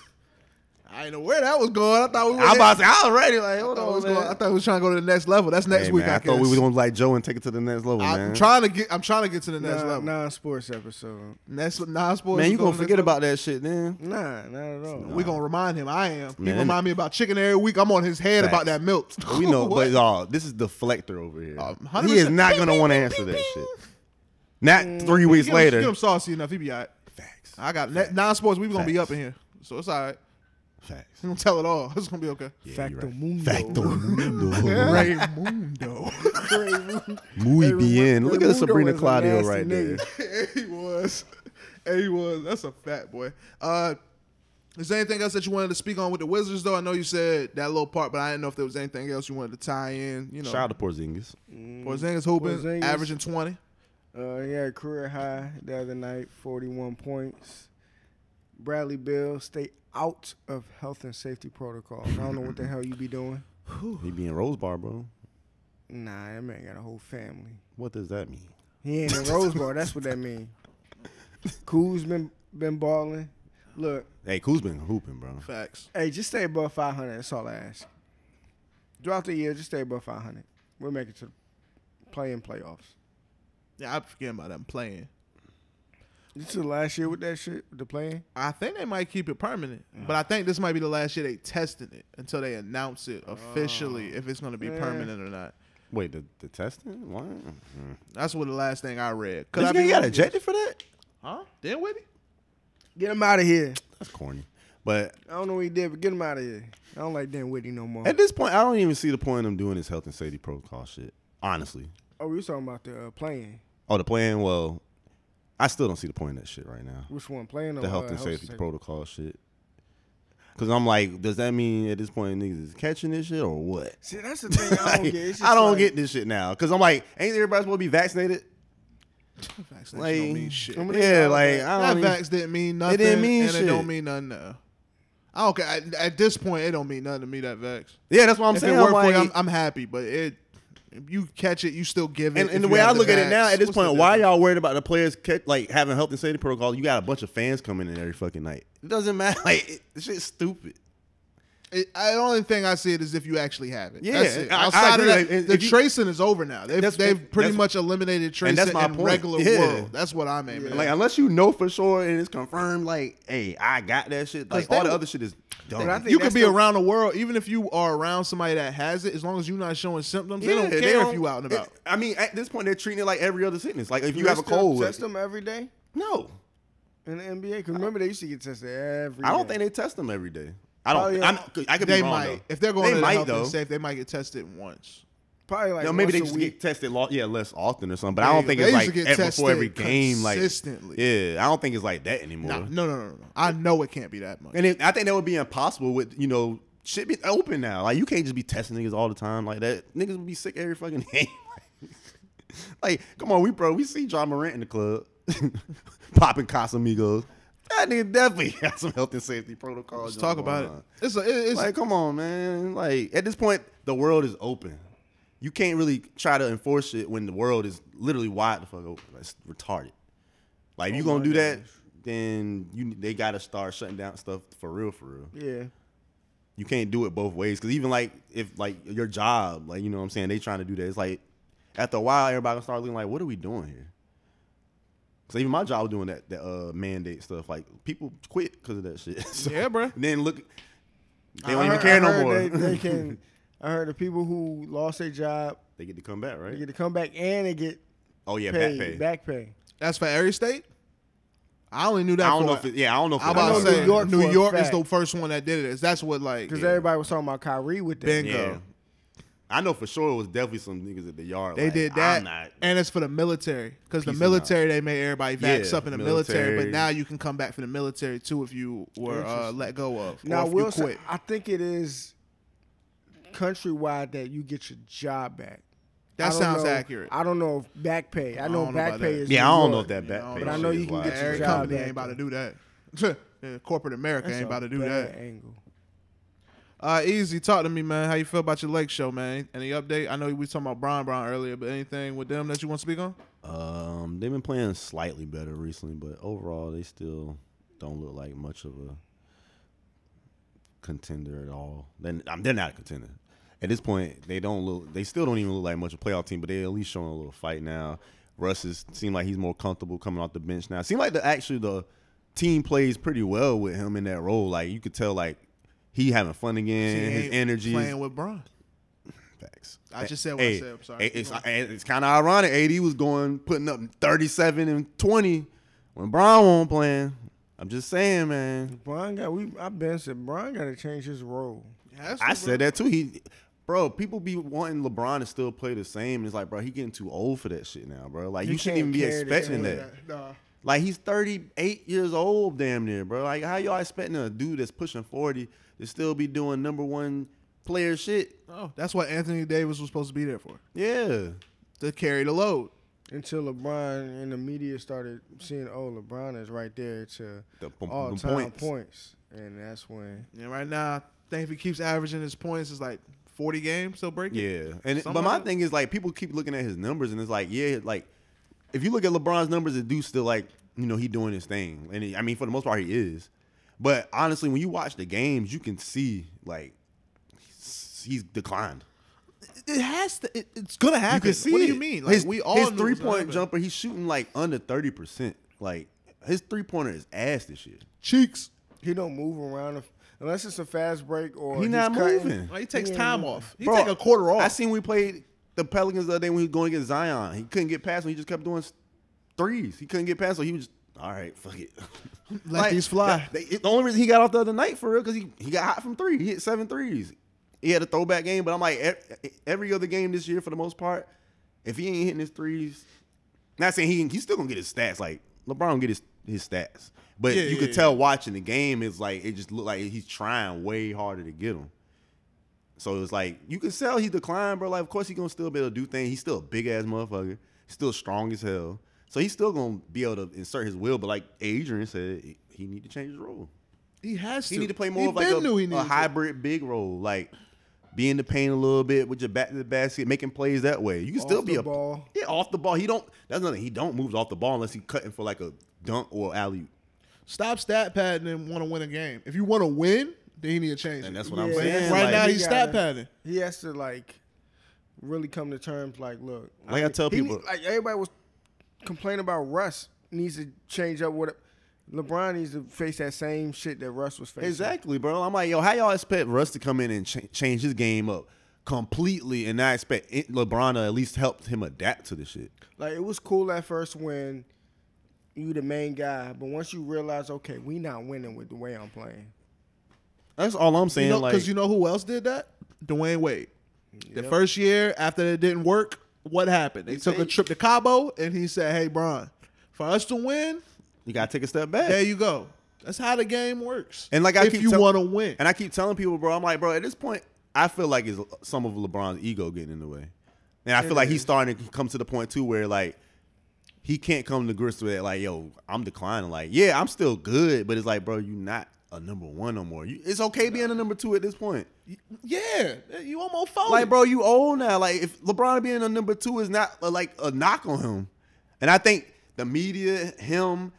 B: I didn't know where that was going. I thought we were.
C: I'm about
B: there.
C: to say I already
B: I
C: like hold
B: thought, it
C: on.
B: was
C: man.
B: going, I thought we was trying to go to the next level. That's next
C: Hey,
B: week.
C: man,
B: I,
C: I thought we
B: guess.
C: were gonna like Joe and take it to the next level,
B: I'm
C: man.
B: trying to get. I'm trying to get to the next
D: Nah,
B: level.
D: nah, sports episode.
B: Next non-sports.
C: man,
B: is
C: you gonna
B: going to the
C: forget
B: next
C: about that shit then.
D: Nah, not at all.
B: We're gonna remind him. I am. He
C: Man,
B: remind me about chicken every week. I'm on his head about
C: Facts.
B: that milk.
C: But we know,
B: What?
C: but y'all, this is deflector over here.
B: Um,
C: he is
B: 100%
C: not gonna want to answer that shit. Not three weeks
B: Get him-
C: later.
B: get him saucy enough. He be all right.
C: Facts.
B: I got ne- non-sports. We gonna be
C: Facts.
B: up in here, so it's all right.
C: Facts.
B: He gonna tell it all. It's gonna be okay.
C: Yeah, you
D: Facto
C: right.
D: mundo.
C: Factomundo.
B: Raymundo.
C: Muy bien.
D: Raymundo
C: Look at
D: is a
C: Sabrina
D: nasty
C: Claudio right there.
D: nigga.
B: he was. Hey, he was. That's a fat boy. Uh, is there anything else that you wanted to speak on with the Wizards? Though I know you said that little part, but I didn't know if there was anything else you wanted to tie in. You know,
C: Shout out to Porzingis.
B: Porzingis hooping,
D: Porzingis.
B: averaging twenty.
D: Uh, he had a career high the other night, 41 points. Bradley Bill, stay out of health and safety protocols. I don't know what the hell you be doing.
C: He be in Rose Bar, bro.
D: Nah, that man got a whole family.
C: What does that mean?
D: He ain't in Rose Bowl. That's what that mean. Kuz been been balling. Look,
C: Hey, Kuz been hooping, bro.
B: Facts.
D: hey, just stay above 500. That's all I ask. Throughout the year, just stay above 500. We'll make it to the play in playoffs.
B: Yeah, I forget about them playing.
D: This is last year with that shit, with the playing.
B: I think they might keep it permanent, but I think this might be the last year they testing it until they announce it
C: Oh,
B: officially if it's going to be
D: Yeah.
B: permanent or not.
C: Wait, the, the testing? What? Mm.
B: That's what the last thing I read. Could
C: This
B: I
C: nigga
B: be
C: got
B: wrong?
C: ejected for that?
B: Huh? Then with it?
D: Get him out of here.
C: That's corny. But
D: I don't know what he did, but get him out of here. I don't like Dan Whitney no more.
C: at this point, I don't even see the point of him doing his health and safety protocol shit. Honestly.
D: Oh, we was talking about the uh, playing.
C: Oh, the plan? Well, I still don't see the point of that shit right now.
D: Which one? Playing or
C: The health
D: uh,
C: and safety protocol shit. Cause I'm like, does that mean at this point niggas is catching this shit or what?
D: See, that's the thing I
C: Like,
D: don't get. It's just
C: I don't
D: like-
C: get this shit now. Cause I'm like, ain't everybody supposed to be vaccinated?
B: Vaccination
C: Like,
B: don't mean shit.
D: I'm gonna-
C: yeah, like I
B: That
C: don't. Even,
B: vax didn't mean nothing.
C: didn't mean
B: and
C: shit.
B: it don't mean nothing. Now. I don't care. At, at this point, it don't mean nothing to me. That vax.
C: yeah, that's what I'm
B: if
C: saying.
B: it
C: I'm
B: worked for you, I'm,
C: like-
B: I'm happy. But it, if you catch it, you still give it.
C: and,
B: if
C: and the
B: you
C: way
B: have
C: I look at it
B: vax.
C: now, at this
B: What's the
C: point, why
B: difference?
C: y'all worried about the players ca- like having health and safety protocol? You got a bunch of fans coming in every fucking night. It doesn't matter. Like it, this shit's stupid.
B: It, I, the only thing I see it is if you actually have it.
C: Yeah,
B: That's it.
C: I- I
B: Outside
C: agree.
B: of that,
C: If
B: the
C: you-
B: tracing is over now. They've,
C: That's-
B: they've pretty
C: that's-
B: much eliminated tracing
C: that's my
B: in
C: point.
B: regular
C: Yeah.
B: world. That's what I'm aiming. at.
C: Like unless you know for sure and it's confirmed, like, hey, I got that shit. Like
B: 'Cause they
C: all the
B: were-
C: other shit is dumb.
D: But I think
B: you could
D: that's
B: be
D: the-
B: around the world, even if you are around somebody that has it. As long as you're not showing symptoms, they don't care if you out and
C: it-
B: about.
C: I mean, at this point, they're treating it like every other sickness. Like if you
D: They
C: have a
D: still
C: cold,
D: Test
C: like-
D: them every day
C: no,
D: in the NBA. Cause remember they used to get tested every.
C: I don't
D: day.
C: think they test them every day. I don't.
D: Probably
C: I'm, I could
B: Oh, They
C: be wrong.
B: might,
C: though.
B: if they're going
C: They
B: to the
C: might,
B: health
C: though.
B: and safe, they might get tested once.
D: probably like
C: No, maybe they
D: once
C: just
D: a
C: get
D: week.
C: tested, lo- yeah, less often or something. But
B: There
C: I
B: you
C: don't
B: go.
C: think
B: They
C: it's
B: used to
C: like
B: get
C: ev- before every
B: tested
C: game, like
B: consistently.
C: Yeah, I don't think it's like that anymore.
B: Nah, no, no, no, no, no. I know it can't be that much.
C: And it, I think that would be impossible with you know shit be open now. Like you can't just be testing niggas all the time like that. Niggas would be sick every fucking game. like, come on, we bro, we see John Morant in the club popping Casamigos. That nigga definitely got some health and safety protocols.
B: Let's talk
C: going
B: about it.
C: on.
B: It's a, it- it's
C: Like, come on, man. Like, at this point, the world is open. You can't really try to enforce it when the world is literally wide the fuck open. That's retarded. Like,
B: Oh
C: if you gonna do that, then you they gotta start shutting down stuff for real, for real.
D: Yeah.
C: You can't do it both ways. Cause even like if like your job, like you know what I'm saying, they trying to do that. It's like after a while, everybody gonna start looking like, what are we doing here? Cause even my job was doing that that uh, mandate stuff, like people quit because of that shit. So
B: yeah, bro.
C: Then look, they don't
D: I
C: even
D: heard-
C: care
D: I
C: no
D: heard
C: more.
D: They, they can. I heard the people who lost their job
C: They get to come back,
D: they
C: right?
D: get to come back and they get
C: Oh yeah,
D: paid,
C: back pay.
D: back pay.
B: That's for every state. I only knew that.
C: I don't
B: for
C: know
B: a-
C: if it, yeah, I don't know if
B: I'm
C: it-
B: about
D: I
B: to
D: know
B: say
D: New York for
B: New
D: a
B: York is
D: fact.
B: the first one that did it. That's what like
D: Because
C: Yeah.
D: everybody was talking about Kyrie with that.
B: Bingo.
C: Yeah. I know for sure it was definitely some niggas at the yard.
B: they
C: like,
B: did that,
C: I'm not.
B: and it's for the military because the
C: Peace and
B: military they made everybody vax
C: Yeah,
B: up in the military, but
C: military.
B: now you can come back for the military too if you were uh,
D: Interesting.
B: let go of.
D: Now,
B: or if
D: Will,
B: you
D: say-
B: quit.
D: I think it is countrywide that you get your job back. I
B: That
D: don't
B: sounds
D: know-
B: accurate.
D: I don't know if back pay. I know
B: don't know
D: back
B: about
D: pay
B: that.
D: is.
C: Yeah, I
D: New
C: don't know
D: York.
C: if that back
B: You know,
C: pay.
B: but I
C: shit
D: know you
C: is
D: can
C: wild.
D: get your
B: Every
D: job
B: company
D: back,
B: ain't about to
D: though.
B: do that. Yeah, Corporate America
D: That's
B: ain't
D: a
B: about to do
D: bad
B: that.
D: Angle.
B: Uh, easy, talk to me, man. How you feel about your lake show, man? Any update? I know we talking about Brian Brown earlier, but anything with them that you want to speak on?
C: Um, they've been playing slightly better recently, but overall they still don't look like much of a contender at all. Then um, they're not a contender. At this point, they don't look. They still don't even look like much of a playoff team, but they at least showing a little fight now. Russ is seem like he's more comfortable coming off the bench now. Seem like the actually the team plays pretty well with him in that role. Like you could tell, like he having fun again.
B: He
C: his
B: ain't
C: energy is
B: playing with Brian.
C: Facts.
B: I just said what I said. I'm sorry.
C: It's,
B: Keep
C: it's kind of ironic. AD was going putting up 37 and 20 when Brown won't playing. I'm just saying, man.
D: Brian got we. I've been said Brian got to change his role.
C: I said that too. He, bro, people be wanting LeBron to still play the same. It's like, bro, he getting too old for that shit now, bro. Like
D: You
C: you shouldn't even
D: can't
C: be
D: carry the
C: expecting
D: team.
C: that. Like he's 38 years old, damn near, bro. Like how y'all expecting a dude that's pushing 40 to still be doing number one player shit?
B: Oh, that's what Anthony Davis was supposed to be there for.
C: Yeah.
B: To carry the load.
D: Until LeBron and the media started seeing, oh, LeBron is right there to
C: The p-
D: all
C: the
D: time
C: points.
D: points. and that's when
B: And right now, I think if he keeps averaging his points, it's like 40 games. So break it.
C: Yeah, and it- but
B: Somebody-
C: my thing is like people keep looking at his numbers, and it's like yeah, like if you look at LeBron's numbers, it do still like you know he doing his thing, and he, I mean for the most part he is. But honestly, when you watch the games, you can see like he's, he's declined.
B: It has to. It, it's gonna
C: You
B: happen.
C: can see
B: what do you
C: it.
B: mean? Like
C: his,
B: we all
C: his
B: knew it
C: three
B: was gonna
C: point
B: happen.
C: jumper, he's shooting like under thirty percent. Like his three pointer is ass this year.
B: cheeks.
D: he don't move around if, unless it's a fast break or
C: He
D: he's
C: not
D: cutting.
C: moving.
B: Like, he takes
D: Yeah.
B: time off. He
C: Bro,
B: take a quarter off.
C: I seen we played the Pelicans the other day when he was going against Zion. He couldn't get past him. He just kept doing s- threes. He couldn't get past, so he was just, all right, fuck it. Let
B: these fly.
C: the only reason he got off the other night for real because he, he got hot from three. He hit seven threes. He had a throwback game, but I'm like e- every other game this year for the most part. If he ain't hitting his threes, not saying he he's still gonna get his stats. Like LeBron get his his stats, but
B: Yeah,
C: you
B: yeah,
C: could
B: yeah.
C: tell watching the game is like it just looked like he's trying way harder to get them. So it was like you can sell he declined, bro. Like of course he gonna still be able to do things. He's still a big ass motherfucker. He's still strong as hell. So he's still gonna be able to insert his will. But like Adrian said, he- he need to change his role.
B: he has to.
C: He need to play more
B: He
C: of like
B: been knew he
C: a, a
B: needed to.
C: hybrid big role, like be in the paint a little bit with your back to the basket, making plays that way. You can still
D: Off
C: be
D: the
C: a
D: ball.
C: yeah off the ball. He don't. That's nothing. He don't move off the ball unless he cutting for like a dunk or alley.
B: Stop stat padding and want to win a game. If you want to win, then you need to change.
C: And
B: it.
C: that's what I'm
D: Yeah.
C: saying.
B: right
C: like,
B: now,
D: he
B: he's
D: gotta-
B: stat padding.
D: He has to like really come to terms. Like, look,
C: Like I tell
D: he
C: people-
D: need- like everybody was complaining about Russ needs to change up. What LeBron needs to face that same shit that Russ was facing.
C: Exactly, bro. I'm like, yo, how y'all expect Russ to come in and ch- change his game up completely, and not expect it- LeBron to at least help him adapt to the shit?
D: Like it was cool at first when you the main guy, but once you realize, okay, we not winning with the way I'm playing.
C: That's all I'm saying.
B: You know,
C: like,
B: because you know who else did that? Dwayne Wade. The first year after it didn't work, what happened? They took a
C: think-
B: trip to Cabo, and he said, "Hey, Bron, for us to win,
C: you gotta take a step back.
B: there you go." That's how the game works.
C: And like I
B: if
C: keep
B: you
C: tell-
B: want to win,
C: and I keep telling people, bro, I'm like, bro, at this point, I feel like it's some of LeBron's ego getting in the way, and I feel like he's starting to come to the point too where like he can't come to grips with it. Like, yo, I'm declining. Like, yeah, I'm still good, but it's like, bro, you not a number one no more. You, it's okay being a number two at this point.
B: yeah, you almost folded.
C: Like, bro, you old now. Like, if LeBron being a number two is not uh, like a knock on him, and I think the media, him,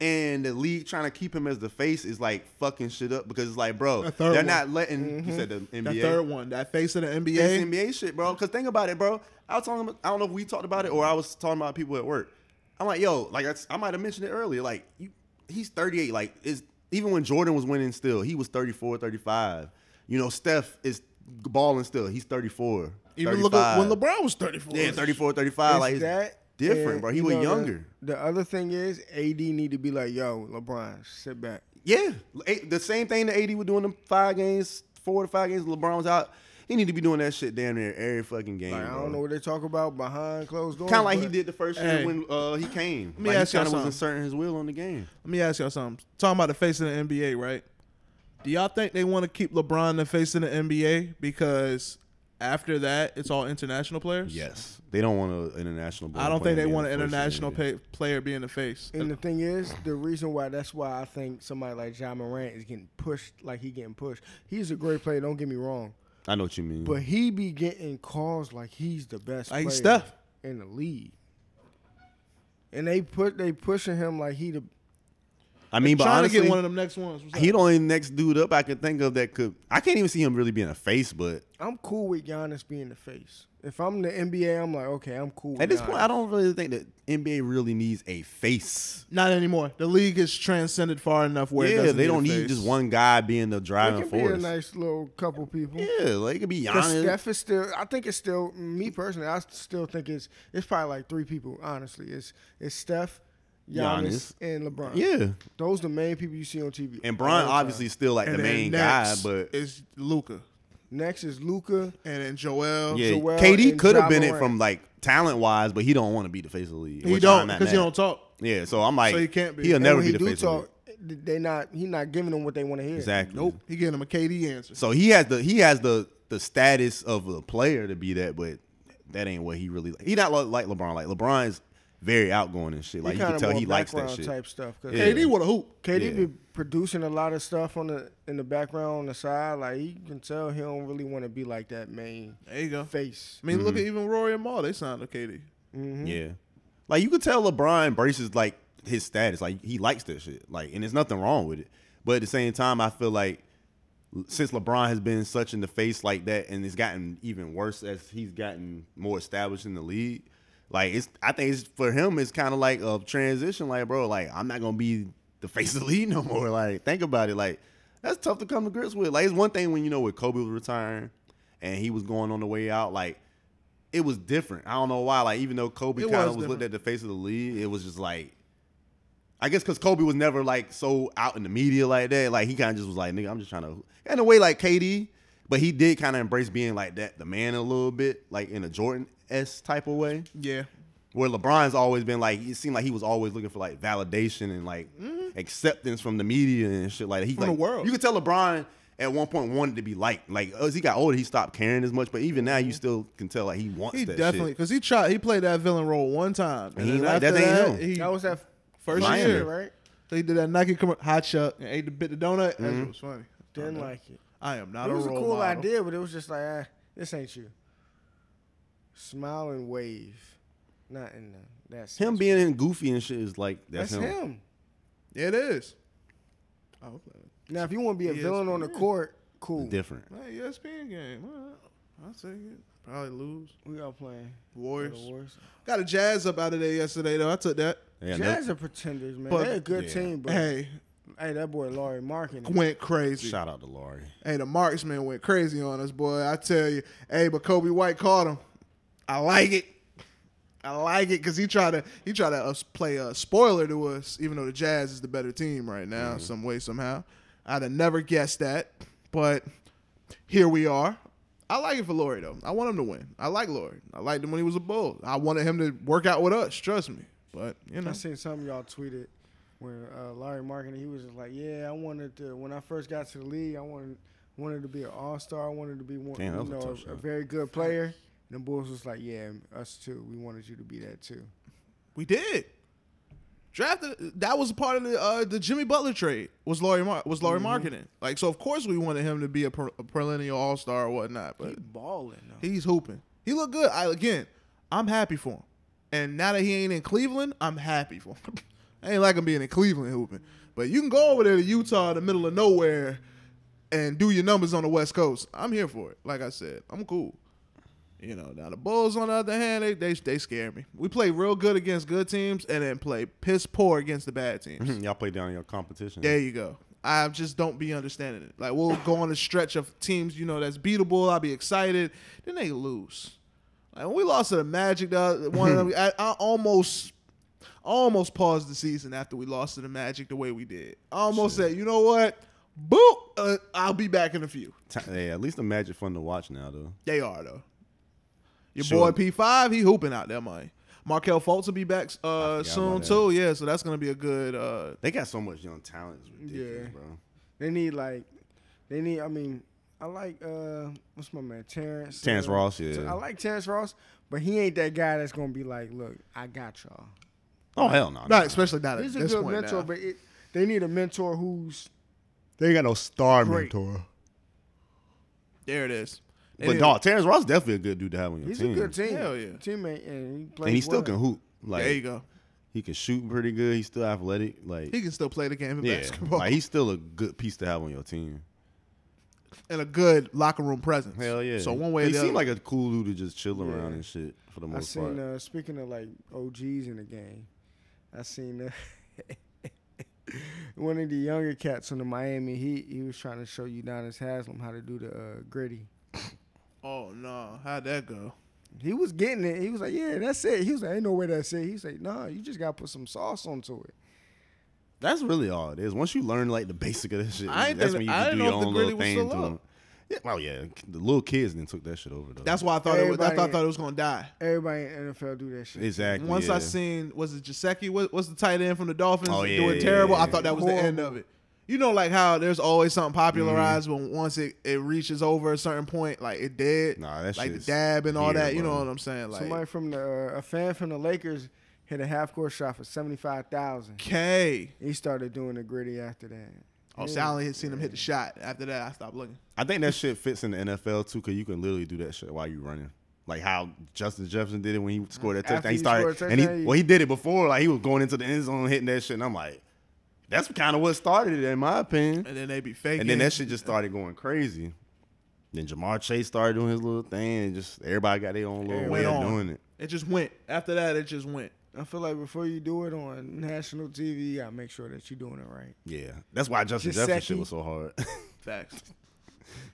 C: and the league trying to keep him as the face is like fucking shit up because it's like, bro,
B: That third
C: they're
B: one.
C: not letting. You said the NBA.
B: that third one, that face of the NBA.
C: It's NBA shit, bro. Because think about it, bro. I was talking. I don't know if we talked about it or I was talking about people at work. I'm like, yo, like I, I might have mentioned it earlier. Like, you, he's 38. Like, is even when Jordan was winning, still he was 34, 35. You know, Steph is balling still. He's 34.
B: Even look at when
C: 35.
B: LeBron was 34.
C: Yeah, 34, 35.
D: It's
C: Ah, like, it's
D: that
C: different,
D: and,
C: bro. He
D: you
C: was
D: know, the-
C: younger.
D: The, other thing is, AD need to be like, yo, LeBron, sit back.
C: Yeah, A- the same thing that AD was doing them five games, four to five games. LeBron was out. He need to be doing that shit damn near every fucking game.
D: Like, I
C: bro.
D: don't know what they talk about behind closed doors.
C: Kind of like he
D: but-
C: did the first year
B: Hey.
C: when uh, he came.
B: me
C: like
B: ask
C: he
B: y'all
C: kind of was
B: something.
C: inserting his will on the game.
B: Let me ask y'all something. Talking about the face of the NBA, right? Do y'all think they want to keep LeBron the face of the NBA because after that it's all international players?
C: Yes, they don't want an international.
B: I don't think they want an international pay, player being the face.
D: And the thing is, the reason why that's why I think somebody like John Morant is getting pushed like he getting pushed. He's a great player, don't get me wrong,
C: I know what you mean.
D: but he be getting calls like he's the best
B: Like
D: player
B: he's Steph.
D: in the league. And they put they pushing him like he the
C: I mean, but
B: trying
C: honestly,
B: to get one of them next ones. What's
C: he
B: up?
C: the only next dude up I could think of that could. I can't even see him really being a face, but
D: I'm cool with Giannis being the face. If I'm the NBA, I'm like, okay, I'm
B: Oh
D: cool. With
C: at this point, I
D: Giannis.
C: don't really think that NBA really needs a face.
B: Not anymore. The league has transcended far enough where it
C: yeah,
B: doesn't
C: they
B: need a
C: don't
B: face.
C: need just one guy being the
D: It
C: driving
D: can be a
C: force.
D: nice little couple people.
C: yeah, like it could be
D: Cause
C: Giannis.
D: Steph is still. I think it's still me personally. I still think it's it's probably like three people. Honestly, it's it's Steph, Giannis,
C: Giannis.
D: and LeBron.
C: yeah,
D: those the main people you see on TV.
C: and
D: all
C: Bron
D: the time.
C: obviously is still like
B: Oh, And
C: the
B: then
C: main guy,
B: next
C: but
B: is Luca
D: Next is Luca.
B: and then Joel.
C: Yeah,
D: Joel
C: KD
D: and
C: could have
D: Ja
C: been it
D: Morant.
C: from like talent wise, but he don't want to be the face of the league.
B: he
C: which
B: don't
C: I'm not
B: because he
C: mad.
B: don't talk.
C: Yeah, so I'm like,
B: So he can't be.
C: He'll
B: And
C: never
D: when
C: be
D: he
C: the
D: do
C: face of the
D: talk,
C: league.
D: they not he not giving them what they want to hear.
C: Exactly.
B: Nope, he getting him a KD answer.
C: So he has the he has the the status of a player to be that, but that ain't what he really. He not lo- like LeBron. Like LeBron's very outgoing and shit. Like you can
D: kinda
C: tell
D: more
C: he likes that
D: background
C: shit.
D: type stuff. 'cause
C: Yeah.
B: KD with a hoop.
D: KD
C: Yeah.
D: be producing a lot of stuff on the in the background on the side. Like you can tell he don't really want to be like that main
B: There you go.
D: face.
B: I mean,
C: Mm-hmm.
B: look at even Rory and Maul. They signed to KD.
C: Yeah, like you could tell LeBron embraces like his status. Like he likes that shit. Like and there's nothing wrong with it. But at the same time, I feel like since LeBron has been such in the face like that, and it's gotten even worse as he's gotten more established in the league. Like it's, I think it's for him. It's kind of like a transition. Like, bro, like I'm not gonna be the face of the league no more. Like, think about it. Like, that's tough to come to grips with. Like, it's one thing when you know when Kobe was retiring, and he was going on the way out. Like, it was different. I don't know why. Like, even though Kobe
B: It
C: kind
B: was
C: of was looked
B: different.
C: at the face of the league, it was just like I guess because Kobe was never like so out in the media like that. Like he kind of just was like, nigga, I'm just trying to. In a way, like KD, but he did kind of embrace being like that, the man a little bit, like in a Jordan s type of way.
B: Yeah.
C: Where LeBron's always been like, it seemed like he was always looking for like validation and like acceptance from the media and shit like that. He
B: Mm-hmm. From the
C: like-
B: world.
C: You could tell LeBron at one point wanted to be liked. Like as he got older, he stopped caring as much. But even now, you still can tell like he wants
B: Mm-hmm. He
C: that
B: definitely
C: shit.
B: because he tried. He played that villain role one time.
C: He
B: then
C: like, that
B: after
C: ain't him.
B: He,
D: That was that
B: First
C: Miami.
B: year.
D: right?
B: He did that Nike commercial, hot shot, and ate the bit of donut. That
C: Mm-hmm.
B: shit was funny.
D: Didn't like it.
B: I am not
D: It
B: a
D: was a
B: role
D: cool
B: model.
D: idea, but it was just like, ah, this ain't you. Smile and wave, not in the that's
C: Him being in goofy and shit is like that's,
D: that's him.
B: Yeah, it is. Oh,
D: Now, if you want to be a
B: He is,
D: villain on the
B: yeah.
D: court, cool.
C: Different.
B: man, ESPN game. All right. I'll take it. Probably lose.
D: We all playing for the
B: Warriors.
D: Warriors.
B: Got a Jazz up out of there yesterday though. I took that.
C: Yeah, no-
D: Jazz are pretenders, man.
B: But-
D: They're a good
C: Yeah.
D: team, but hey.
B: Hey,
D: that boy Laurie Markin.
B: went crazy.
C: Shout out to Laurie.
B: Hey, the marksman went crazy on us, boy. I tell you. Hey, but Kobe White caught him. I like it. I like it because he tried to he tried to uh, play a spoiler to us, even though the Jazz is the better team right now, some way somehow. I'd have never guessed that, but here we are. I like it for Laurie though. I want him to win. I like Laurie. I liked him when he was a Bull. I wanted him to work out with us. Trust me. But you know,
D: I seen some of y'all tweeted where uh, Larry Markin he was just like, "Yeah, I wanted to when I first got to the league, I wanted wanted to be an all star. I wanted to be one,
C: Damn, that was
D: you
C: a
D: know,
C: tough
D: a,
C: shot.
D: very good player." And the Bulls was like, "Yeah, us too. We wanted you to be that too."
B: we did. Drafted that was part of the uh, the Jimmy Butler trade was Laurie Mar- was
D: Mm-hmm.
B: Laurie marketing like so of course we wanted him to be a, per- a perennial All Star or whatnot but
D: He balling though.
B: He's hooping. He looked good. I again, I'm happy for him. And now that he ain't in Cleveland, I'm happy for him. I ain't like him being in Cleveland hooping. But you can go over there to Utah, the middle of nowhere, and do your numbers on the West Coast. I'm here for it. Like I said, I'm cool. You know, now the Bulls on the other hand, they they, they scare me. We play real good against good teams, and then play piss poor against the bad teams.
C: Y'all play down in your competition.
B: There you go. I just don't be understanding it. Like we'll go on a stretch of teams, you know, that's beatable. I'll be excited. Then they lose. Like when we lost to the Magic, the other- one of them, I, I almost, almost paused the season after we lost to the Magic the way we did. I almost said, you know what, boop, uh, I'll be back in a few.
C: Ti- Yeah, at least the Magic fun to watch now though.
B: They are though. Your
C: Sure.
B: boy P5, he hooping out there, man. Markel Fultz will be back uh,
C: about
B: soon
C: that.
B: too. Yeah, so that's gonna be a good. Uh,
C: They got so much young talent. It's ridiculous,
D: Yeah.
C: bro.
D: They need like, they need. I mean, I like uh, what's my man Terrence.
C: Terrence
D: uh,
C: Ross, yeah.
D: I like Terrence Ross, but he ain't that guy that's gonna be like, "Look, I got y'all."
C: Oh hell no.
B: not especially not
D: He's
B: at
D: a
B: this
D: good
B: point
D: mentor,
B: now.
D: but it, they need a mentor who's
C: They got no star
D: Great.
C: mentor.
B: There it is. They
C: But
B: didn't-
C: dog, Terrence Ross definitely a good dude to have on your
D: he's
C: team.
D: a good team,
B: Hell yeah.
D: teammate, and he plays
C: And he still
D: well.
C: can hoop. Like
B: there you go.
C: he can shoot pretty good. He's still athletic. Like
B: He can still play the game of
C: yeah,
B: basketball
C: like he's still a good piece to have on your team.
B: and a good locker room presence.
C: Hell yeah.
B: So one way or
C: he
B: the
C: seemed
B: other,
C: like a cool dude to just chill around
D: Yeah.
C: and shit for the
D: I
C: most part.
D: seen uh, speaking of like OGs in the game, I seen uh, one of the younger cats on the Miami Heat. He was trying to show Udonis Haslam how to do the uh, gritty.
B: oh no, how'd that go?
D: He was getting it. He was like, "Yeah, that's it." He was like, "Ain't no way that's it." He was like, "Nah, you just gotta put some sauce onto it."
C: That's really all it is. Once you learn like the basic of that shit,
B: I ain't
C: that's
B: think-
C: when you
B: I
C: can
B: didn't
C: do your
B: know if the
C: own
B: gritty
C: little
B: was
C: thing
B: still
C: to
B: up.
C: them. Yeah, well, yeah, the little kids then took that shit over though.
B: That's why I thought it was, that's why I
D: Everybody-
B: thought it was gonna die.
D: Everybody in NFL do that shit.
C: exactly.
B: Once I
C: yeah.
B: seen was it Jaceki? What, what's the tight end from the Dolphins
C: Oh, yeah,
B: doing
C: yeah,
B: terrible?
C: yeah,
B: I thought that was the end
D: Horrible.
B: of it. you know, like how there's always something popularized
C: Mm-hmm.
B: when once it, it reaches over a certain point, like it dead.
C: Nah, that
B: like the
C: shit's
B: dab and all
C: here,
B: that. You
C: bro.
B: know what I'm saying? Like,
D: Somebody from the uh, a fan from the Lakers hit a half court shot for seventy five thousand.
B: okay.
D: He started doing the gritty after that.
B: Oh, see, I only had seen him hit the shot. After that, I stopped looking.
C: I think that shit fits in the NFL too, cause you can literally do that shit while you running. Like how Justin Jefferson did it when he scored that
D: After
C: touchdown. He
D: he
C: started
D: scored a
C: and he
D: touchdown, you-
C: well he did it before. Like he was going into the end zone hitting that shit, and I'm like, that's kind of what started it in my opinion.
B: And then they be faking.
C: And then that shit just started going crazy. Then Jamar Chase started doing his little thing, and just everybody got their own little
B: It went
C: way of
B: on.
C: doing it.
B: It just went. After that, it just went.
D: I feel like before you do it on national TV, you gotta make sure that you're doing it right.
C: Yeah, that's why Justin
D: Just
C: Jefferson shit
D: sucky.
C: was so hard.
B: Facts.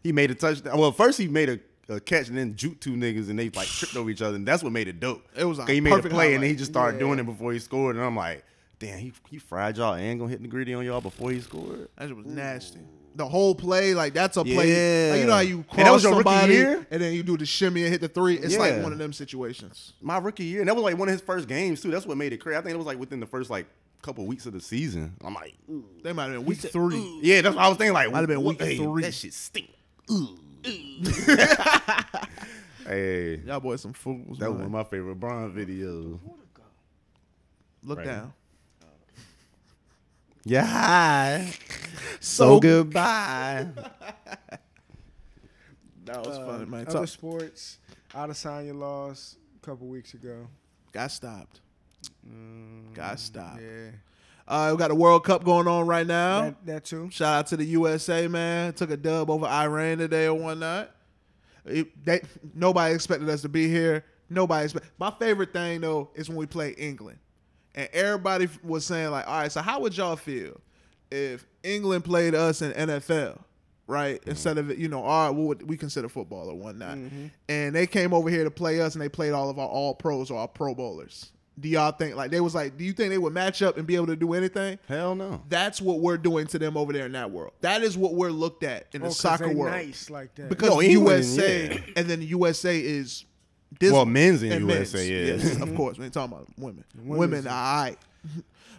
C: he made a touchdown. Well, first he made a, a catch and then juke two niggas and they like tripped over each other and that's what made it dope.
B: It was a
C: 'Cause he made a
B: perfect
C: play and
B: highlight.
C: then he just started
D: Yeah.
C: doing it before he scored and I'm like, damn, he he fried y'all and gonna hit the gritty on y'all before he scored.
B: That shit was nasty. The whole play, like that's a play.
C: Yeah.
B: Like, you know how you
C: And that
B: cross
C: was your rookie
B: somebody
C: year?
B: and then you do the shimmy and hit the three. It's like
C: Yeah.
B: one of them situations.
C: My rookie year and that was like one of his first games too. That's what made it crazy. I think it was like within the first like couple weeks of the season. I'm like, ooh.
B: They might have been week three.
C: yeah, that's what I was thinking. Like, might
B: have been week three.
C: That shit stink. Ooh. hey,
B: Y'all boys some fools.
C: that was
B: man.
C: one of my favorite Bron videos.
B: Look
C: Right.
B: down.
C: Yeah. hi.
B: So-
C: goodbye.
B: That was funny, man.
D: Other
B: Talk-
D: sports, Adesanya lost a couple weeks ago.
B: got stopped. got stopped.
D: Mm, Yeah,
B: Uh, we got the World Cup going on right now.
D: that, that too.
B: Shout out to the USA, man. Took a dub over Iran today or whatnot. It- they, nobody expected us to be here. Nobody expect. My favorite thing though is when we play England, and everybody f- was saying like, "All right, so how would y'all feel if England played us in NFL, right? Instead of you know, all right, what would we consider football or whatnot?" And they came over here to play us, and they played all of our All Pros or our Pro Bowlers. Do y'all think like they was like? Do you think they would match up and be able to do anything?
C: Hell no.
B: That's what we're doing to them over there in that world. That is what we're looked at in
D: Oh,
B: the
D: 'cause
B: soccer
D: they
B: world.
D: nice like that.
B: Because
C: No,
B: the
C: England,
B: USA
C: yeah.
B: and then the USA is dismal.
C: Well, men's in
B: And
C: USA, yeah.
B: Yes, of course. We ain't talking about women.
D: Women's-
B: women are all right.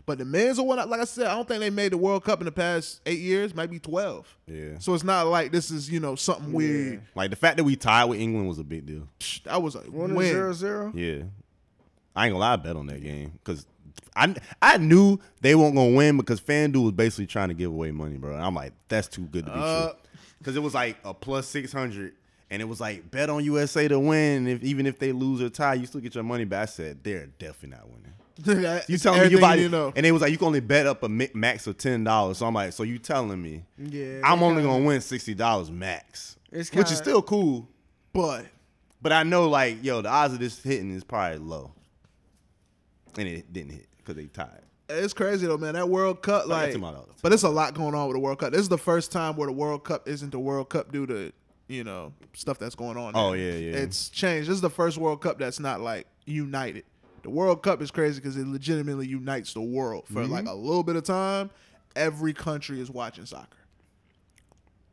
B: But the men's are what like I said, I don't think they made the World Cup in the past eight years, maybe twelve.
C: Yeah.
B: So it's not like this is, you know, something weird.
C: Like the fact that we tied with England was a big deal.
B: Psh, That was a
D: One
B: win.
D: to zero zero.
C: Yeah. I ain't gonna lie, I bet on that game because I I knew they weren't gonna win because FanDuel was basically trying to give away money, bro. And I'm like, that's too good to be
B: Uh.
C: true. Because it was like a plus six hundred, and it was like bet on USA to win. If even if they lose or tie, you still get your money. But I said they're definitely not winning.
B: That
C: You
B: is
C: telling me you
B: everything
C: buy,
B: need to know.
C: and they was like, you can only bet up a mi- max of ten dollars. So I'm like, so you telling me,
D: Yeah,
C: I'm
D: they
C: only
D: kinda-
C: gonna win sixty dollars max,
D: It's
C: which is
D: kinda-
C: still cool.
B: But
C: But I know, like, yo, the odds of this hitting is probably low, and it didn't hit because they tied.
B: It's crazy though, man. That World Cup, like,
C: Like, that's about all the time.
B: but it's a lot going on with the World Cup. This is the first time where the World Cup isn't the World Cup due to you know stuff that's going on.
C: Oh,
B: now.
C: yeah, yeah.
B: It's changed. This is the first World Cup that's not like united. The World Cup is crazy because it legitimately unites the world for
C: Mm-hmm.
B: like a little bit of time. Every country is watching soccer.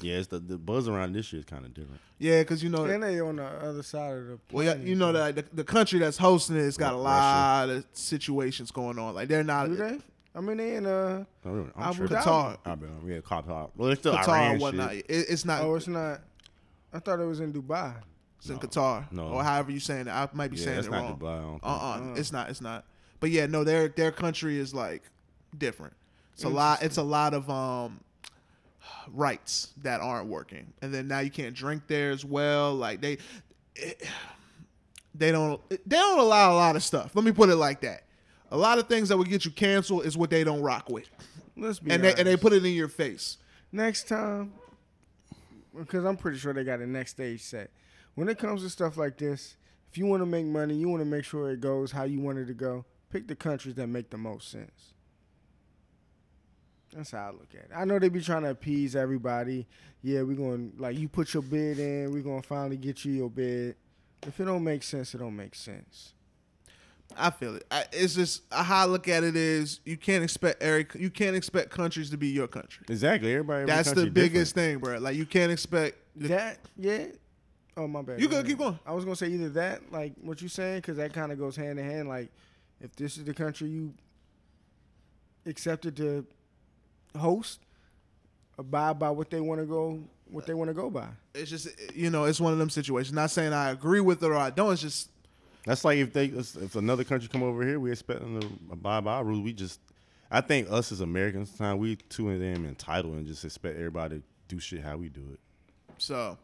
C: Yeah, it's the, the buzz around this year is kind of different.
B: Yeah, because you know,
D: And they on the other side of the.
B: well, yeah,
D: planet,
B: you know
D: bro.
B: that the, the country that's hosting it has got a
C: Russia.
B: lot of situations going on. Like they're not
D: Do they? I mean, they in uh.
C: I'm, I'm
D: Abu
C: sure.
D: Dhabi?
B: Qatar,
C: I mean, yeah, Qatar. Well, it's still
B: Qatar,
C: Iran
B: and
C: shit.
B: whatnot. It, it's not.
D: Oh, it's not. I thought it was in Dubai.
B: It's in Qatar,
C: No.
B: or however you saying it. I might be
C: Yeah,
B: saying
C: that's
B: it
C: not
B: wrong.
C: Dubai, I don't think.
B: Uh uh-uh, it's not. It's not. But yeah, no, their their country is like different. It's a lot. It's a lot of um rights that aren't working, and then now you can't drink there as well. Like they they don't they don't allow a lot of stuff. Let me put it like that. A lot of things that would get you canceled is what they don't rock with,
D: Let's be
B: and they and they
D: honest.
B: put it in your face.
D: next time because i'm pretty sure they got a next stage set when it comes to stuff like this if you want to make money you want to make sure it goes how you want it to go pick the countries that make the most sense that's how I look at it. I know they be trying to appease everybody. Yeah, we're going to like you put your bid in, we're gonna finally get you your bid. If it don't make sense, it don't make sense.
B: I feel it. I, it's just uh, how I look at it is you can't expect Eric. You can't expect countries to be your country.
C: Exactly. Everybody. every
B: That's the
C: country
B: biggest
C: different.
B: thing, bro. Like you can't expect.
D: That yeah. Oh my bad.
B: You
D: go
B: good?
D: ahead.
B: Keep going.
D: I was gonna say either that, like what you saying, because that kind of goes hand in hand. Like if this is the country you accepted to host, abide by what they want to go what they want to go by.
B: It's just you know, it's one of them situations. Not saying I agree with it or I don't. It's just
C: That's like if they if another country come over here, we expect them to abide by our rules. We just, I think us as Americans, time we too damn entitled and just expect everybody to do shit how we do it.
B: so.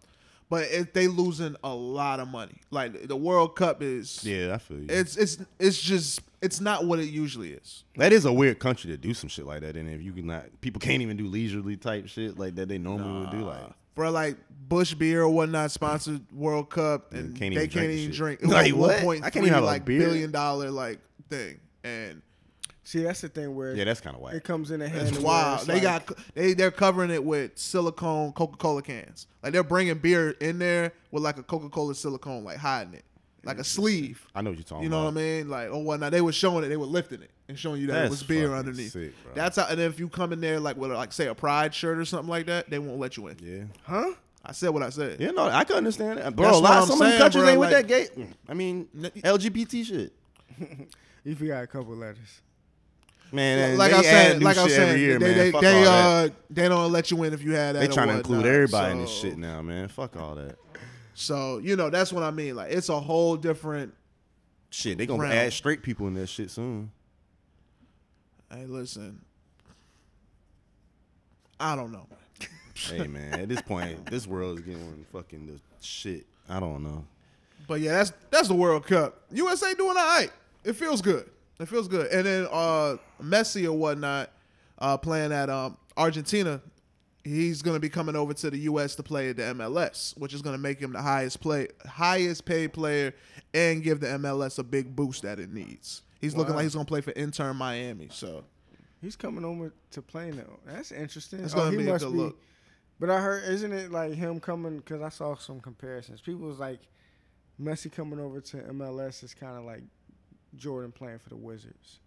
B: But if they losing a lot of money, like the World Cup is,
C: Yeah, I feel you.
B: it's it's it's just it's not what it usually is.
C: that is a weird country to do some shit like that. And if you can not, people can't even do leisurely type shit like that they normally would do. Like,
B: Bro, like Bush beer or whatnot sponsored World Cup, and
C: can't
B: they
C: even drink
B: can't
C: the
B: even
C: shit.
B: drink. It was
C: Like,
B: like
C: what?
B: one point
C: I can't even
B: three
C: have a
B: like
C: beer.
B: billion dollar like thing, and
D: See, that's the thing where
C: yeah, that's kind of whack.
D: it comes in a hand.
B: it's
D: where
B: wild.
D: it's
B: they
D: like-
B: got they they're covering it with silicone Coca Cola cans. Like they're bringing beer in there with like a Coca Cola silicone, like hiding it, like a sleeve.
C: I know what you're talking
B: You know
C: about.
B: what I mean? Like or whatnot. They were showing it. They were lifting it and showing you that
C: That's
B: it was beer
C: fucking
B: underneath.
C: sick, bro.
B: That's how. And then if you come in there like with like say a pride shirt or something like that, they won't let you in.
C: Yeah.
D: huh?
B: I said what I said.
C: Yeah, no, I can understand that. Bro,
B: That's
C: a lot
B: what
C: of
B: I'm
C: some of them
B: saying,
C: countries
B: bro,
C: ain't with that
B: like- mm.
C: gay. I mean, LGBT shit.
D: You forgot a couple letters.
C: Man,
B: like
C: they
B: I
C: add
B: said,
C: new
B: like I
C: shit
B: said,
C: every year,
B: they
C: man.
B: they,
C: Fuck
B: they,
C: all that.
B: uh they don't let you in if you had that.
C: They
B: or
C: trying to include
B: whatnot.
C: everybody in this
B: So-
C: shit now, man. Fuck all that.
B: So you know that's what I mean. Like it's a whole different.
C: Shit, they gonna
B: Round.
C: add straight people in that shit soon.
B: Hey, listen, I don't know.
C: hey man, at this point, this world is getting fucking the shit. I don't know.
B: But yeah, that's that's the World Cup. USA doing all right. It feels good. It feels good. And then uh Messi or whatnot, uh playing at um Argentina, he's gonna be coming over to the US to play at the MLS, which is gonna make him the highest play highest paid player and give the MLS a big boost that it needs. He's looking
D: Wow.
B: like he's gonna play for intern Miami. So
D: He's coming over to play now. That's interesting. Oh,
B: That's gonna
D: he
B: be a
D: must
B: good
D: be-
B: look.
D: But I heard, isn't it like him coming? Because I saw some comparisons. People was like, Messi coming over to MLS is kind of like Jordan playing for the Wizards.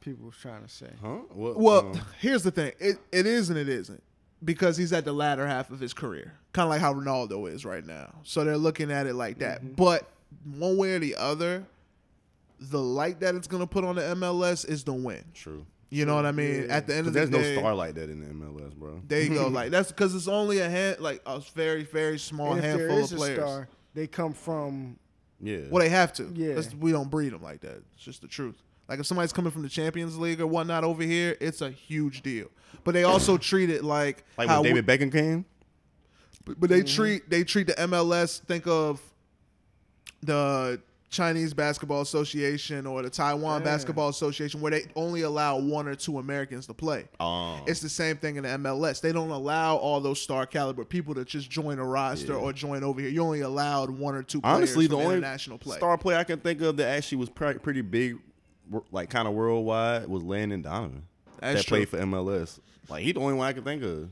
D: People was trying to say.
C: Huh? What,
B: Well,
D: Mm.
C: um,
B: here's the thing. It it is and it isn't. Because he's at the latter half of his career. Kind of like how Ronaldo is right now. So they're looking at it like that.
D: Mm-hmm.
B: But one way or the other, the light that it's going to put on the MLS is the win.
C: true.
B: You know what I mean? At the end
C: 'Cause
B: of the
C: there's no
B: day,
C: star like that in the MLS, bro.
B: there you go. Like that's because it's only a hand, like a very very small
D: And if there
B: handful
D: is
B: of
D: a
B: players.
D: star, they come from.
C: Yeah.
B: Well, they have to.
D: Yeah.
B: That's- we don't breed them like that. It's just the truth. Like if somebody's coming from the Champions League or whatnot over here, it's a huge deal. But they also treat it like,
C: like
B: how
C: when
B: we-
C: David Beckham came.
B: But, but they
D: Mm-hmm.
B: treat they treat the MLS. Think of the Chinese Basketball Association or the Taiwan
D: Yeah.
B: Basketball Association, where they only allow one or two Americans to play.
C: Um,
B: It's the same thing in the MLS. They don't allow all those star caliber people to just join a roster or join over here. You only allowed one or two. Players
C: honestly, the
B: from
C: only
B: international play.
C: star player I can think of that actually was pr- pretty big, wor- like kind of worldwide, was Landon Donovan.
B: That's
C: that played for MLS. Like he the only one I can think of.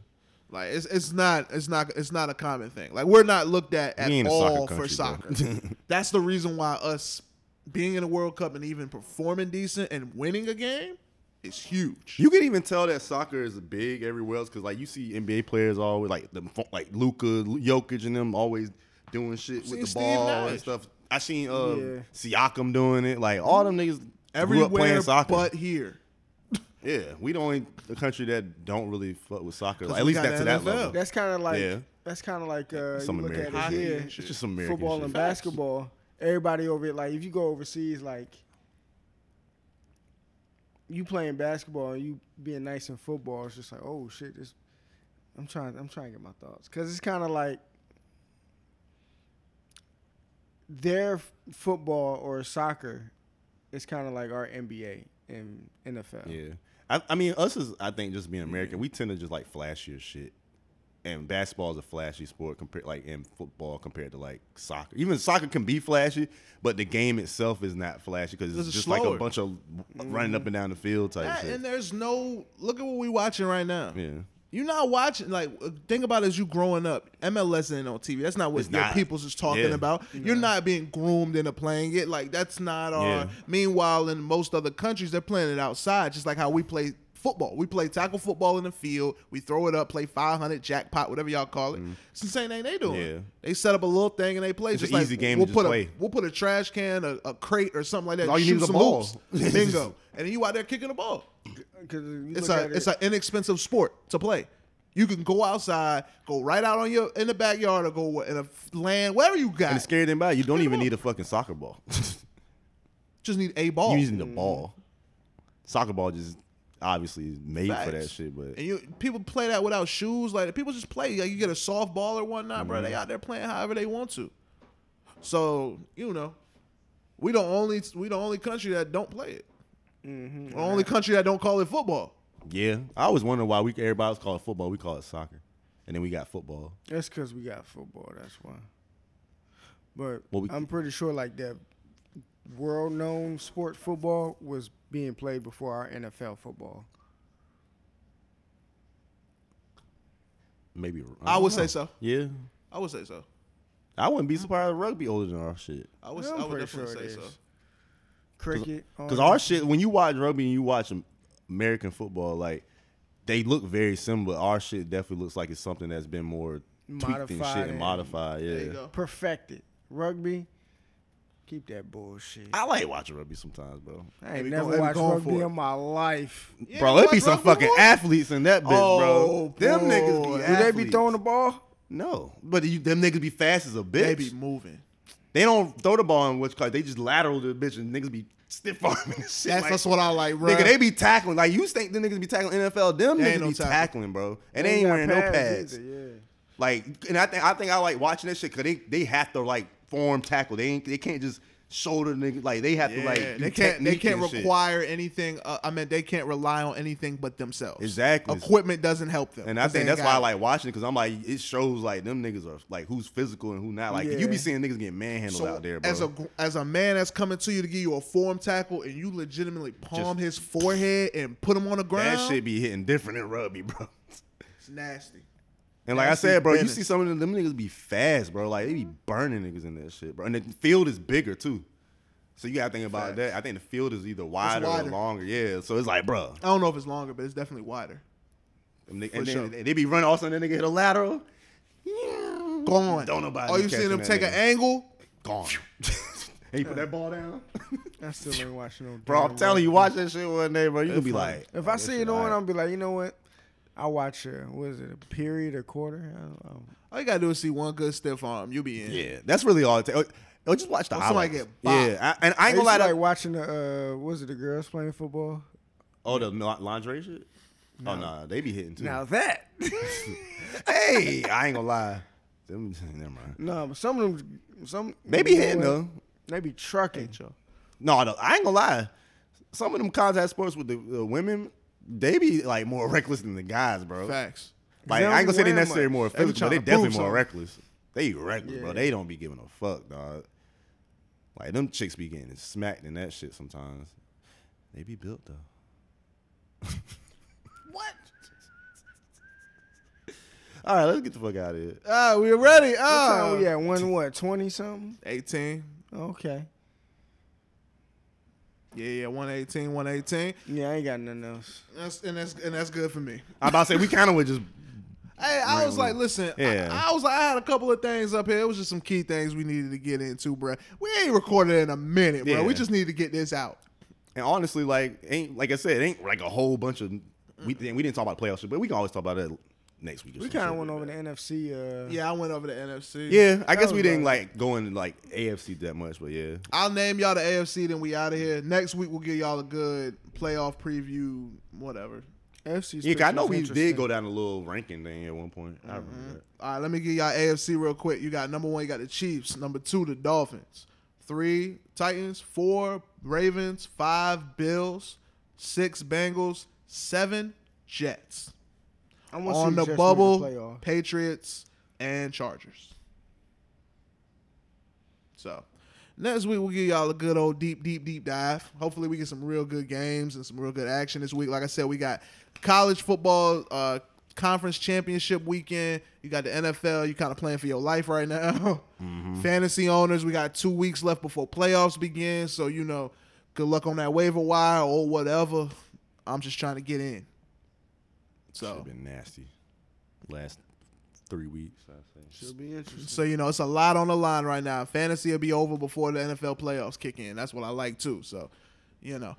B: Like it's it's not it's not it's not a common thing. Like we're not looked at at
C: We ain't a soccer
B: all for
C: country,
B: soccer.
C: bro.
B: That's the reason why us being in the World Cup and even performing decent and winning a game is huge.
C: You can even tell that soccer is big everywhere else because, like, you see NBA players always like the like Luca, Jokic, and them always doing shit with
B: seen
C: the
B: Steve
C: ball and
B: Nash.
C: stuff. I seen uh, Siakam doing it. Like all them niggas grew
B: Everywhere
C: up playing soccer.
B: but here.
C: yeah, we the only the country that don't really fuck with soccer. Like, at
B: we
C: least
B: got
C: that's
B: the
C: to that
B: NFL.
C: level.
D: That's kind of like.
C: Yeah.
D: That's kind of like. Uh,
C: Some
D: you look
C: American
D: at it
C: shit.
D: here.
B: Hockey.
C: It's just some American
D: football
C: shit.
D: and basketball. Everybody over it, like if you go overseas, like you playing basketball and you being nice in football, it's just like, oh shit, this. I'm trying. I'm trying to get my thoughts because it's kind of like their f- football or soccer is kind of like our NBA and NFL.
B: Oh.
C: Yeah, I, I mean, us is I think just being American, we tend to just like flashier shit. And basketball is a flashy sport compared, like, and football compared to like soccer. Even soccer can be flashy, but the game itself is not flashy because it's
B: It's
C: just like a
B: slower.
C: bunch of running up and down the field type
B: That,
C: shit.
B: and there's no look at what we watching right now.
C: yeah,
B: You're not watching like think about it as you growing up. MLS ain't on TV. That's not what
C: It's
B: your
C: not.
B: people's is talking
C: Yeah.
B: about. You're not being groomed into playing it. Like that's not our.
C: Yeah.
B: Meanwhile, in most other countries, they're playing it outside, just like how we play football. We play tackle football in the field. We throw it up, play 500 jackpot, whatever y'all call it. It's the same thing they doing.
C: Mm-hmm. Yeah.
B: They set up a little thing and they play.
C: It's
B: just
C: an
B: like,
C: easy game to
B: We'll
C: just
B: put
C: play.
B: a we'll put a trash can, a, a crate, or something like that.
C: All you
B: shoot
C: need is a
B: some
C: ball.
B: hoops. Bingo, and then you out there kicking the ball.
D: Cause you
B: It's
D: look
B: a
D: at
B: it's
D: it,
B: an inexpensive sport to play. You can go outside, go right out on your in the backyard, or go in a land wherever you got.
C: And it's scary than by. You don't even need a fucking soccer ball.
B: Just need a ball.
C: you using the ball. Soccer ball just obviously is made for that
B: Facts.
C: shit, but
B: And you people play that without shoes. Like people just play. Like you get a softball or whatnot, bro.
C: Mm-hmm.
B: They out there playing however they want to. So you know, we the only we the only country that don't play it.
D: Mm-hmm.
B: The only country that don't call it football.
C: yeah. I always wonder why we everybody else call it football. We call it soccer. And then we got football.
D: That's because we got football. That's why. But
C: Well, we-
D: I'm pretty sure like that world-known sport football was being played before our NFL football.
C: Maybe don't
B: I would
C: know.
B: say so.
C: Yeah.
B: I would say so.
C: I wouldn't be surprised if rugby older than our shit.
B: I would.
D: Yeah, I'm
B: I would
D: pretty
B: definitely
D: sure it
B: say so.
D: is. Cricket. all
C: Because
D: that.
C: our shit, when you watch rugby and you watch Am- American football, like they look very similar. Our shit definitely looks like it's something that's been more tweaked and
D: Modified
C: shit and
D: and-
C: modified. Yeah.
B: There you go.
D: perfected rugby. Keep that bullshit. I,
C: I like watching rugby sometimes, bro.
B: Hey,
D: ain't
B: we
D: never
B: going- we
D: watched
B: going
D: rugby
B: for it.
D: in my life.
B: Yeah,
C: bro,
B: you
C: it be
B: watch
C: some
B: rugby
C: fucking
B: more?
C: athletes in that bitch,
B: Oh,
C: bro. Them
B: boy.
C: niggas be
B: Do
D: Do they be
C: athletes.
D: throwing the ball?
C: No, but you, them niggas be fast as a bitch.
B: They be moving.
C: They don't throw the ball in what's called. They just lateral the bitch and niggas be stiff arming and shit.
B: That's,
C: like-
B: that's what I like, bro.
C: Nigga, they be tackling. Like you think the niggas be tackling NFL? Them
B: They
C: niggas
B: ain't no
C: be
B: tackle.
C: tackling, bro, and they ain't
D: got
C: wearing no
D: pads
C: pads.
D: either, yeah.
C: Like, and I think I think I like watching that shit because they they have to like form tackle. They ain't they can't just shoulder niggas. Like they have to
B: Yeah,
C: like do
B: they can't they
C: technique
B: can't
C: and shit.
B: require anything. Uh, I mean, they can't rely on anything but themselves.
C: Exactly.
B: Equipment doesn't help them.
C: And I
B: 'cause they
C: think
B: ain't
C: that's
B: got
C: why I
B: it.
C: like watching because I'm like it shows like them niggas are like who's physical and who not. Like you
D: Yeah.
C: be seeing niggas getting manhandled out there, bro.
B: As a gr- as a man that's coming to you to give you a form tackle and you legitimately palm his forehead and put him on the ground.
C: that shit be hitting different in rugby, bro.
B: it's nasty.
C: And like I
B: Nasty
C: said, bro, you
B: business.
C: see some of them, them niggas be fast, bro. Like they be burning niggas in that shit, bro. And the field is bigger too, so you gotta think about that. I think the field is either wider,
B: wider.
C: or longer. Yeah, so it's like, bro,
B: I don't know if it's longer, but it's definitely wider.
C: them nigg-
B: For
C: and
B: sure.
C: then they be running. Also, then nigga hit a lateral,
B: Gone.
C: Don't nobody
B: Are
C: be
B: you seeing
C: catching
B: him
C: that
B: take an
C: nigga.
B: angle?
C: gone. and you put that ball down,
D: I still ain't watching no.
C: bro. I'm
D: damn
C: telling you, watch that shit one day, bro. You gonna be like,
D: If I see it on,
C: right.
D: I'll be like, you know what? I watch a what is it a period a quarter? I don't know.
B: All you gotta do is see one good stiff arm. You'll be in.
C: yeah, that's really all it takes. Oh, just watch the
B: Or somebody
C: highlights.
B: get bopped.
C: yeah, I, and I
D: I
C: ain't
D: used
C: gonna lie.
D: to
C: to-
D: like watching the uh, what was it the girls playing football?
C: oh, the la- lingerie shit. Oh no, they be hitting too.
D: Now that
C: hey, I ain't gonna lie. Them, never mind.
D: no, but some of them some
C: They be
D: you know
C: hitting
D: what?
C: though.
D: They be trucking.
C: No, no, I ain't gonna lie. Some of them contact sports with the uh, women, they be like more reckless than the guys, bro.
B: Facts.
C: Like
D: They
C: I ain't gonna
D: don't
C: say they
D: wear
C: necessarily
D: much.
C: more
B: They be
C: physical, but
B: tryna
C: they
B: prove
C: definitely more
B: something.
C: reckless. They reckless, bro.
D: Yeah.
C: They don't be giving a fuck, dog. Like them chicks be getting smacked in that shit sometimes. They be built though.
B: What?
C: All right, let's get the fuck out of here.
B: Ah,
D: Oh,
B: we ready.
D: What
B: Ah,
D: time we at one what twenty something?
B: eighteen.
D: Okay.
B: Yeah, yeah, 118, 118.
D: Yeah, I ain't got nothing else.
B: That's and that's and that's good for me.
C: I'm about to say we kind of would just
B: Hey, I was like, listen, I-
C: Yeah.
B: I, was like, I had a couple of things up here. It was just some key things we needed to get into, bruh. We ain't recorded in a minute, bro. We
C: Yeah.
B: just need to get this out.
C: And honestly, like ain't like I said, it ain't like a whole bunch of we didn't we didn't talk about playoff shit, but we can always talk about that next week. Or
D: We
C: some
D: kind of
C: shit.
D: went over the NFC. Uh,
B: Yeah, I went over to NFC.
C: Yeah, I guess we
D: was
C: didn't
D: all
C: like go in like AFC that much, but yeah,
B: I'll name y'all the AFC, then we out of here. Next week we'll give y'all a good playoff preview, whatever.
D: NFC. 's
C: yeah. 'cause I
D: picture's
C: know we did
D: interesting. Mm-hmm.
C: go down a little ranking thing at one point. I remember that.
B: All right, let me give y'all AFC real quick. You got number one, you got the Chiefs. Number two, the Dolphins. Three, Titans. Four, Ravens. Five, Bills. Six, Bengals. Seven, Jets.
D: I wanna
B: on
D: see
B: the
D: Jets make
B: bubble,
D: playoff.
B: Patriots and Chargers. So next week we'll give y'all a good old deep, deep, deep dive. Hopefully we get some real good games and some real good action this week. Like I said, we got college football uh, conference championship weekend. You got the NFL. You kind of playing for your life right now.
C: Mm-hmm.
B: Fantasy owners, we got two weeks left before playoffs begin. So you know, good luck on that waiver wire or whatever. I'm just trying to get in. So
C: Should've been nasty last three weeks. I say.
D: Should be interesting.
B: So you know, it's a lot on the line right now. Fantasy will be over before the NFL playoffs kick in. That's what I like too. So, you know,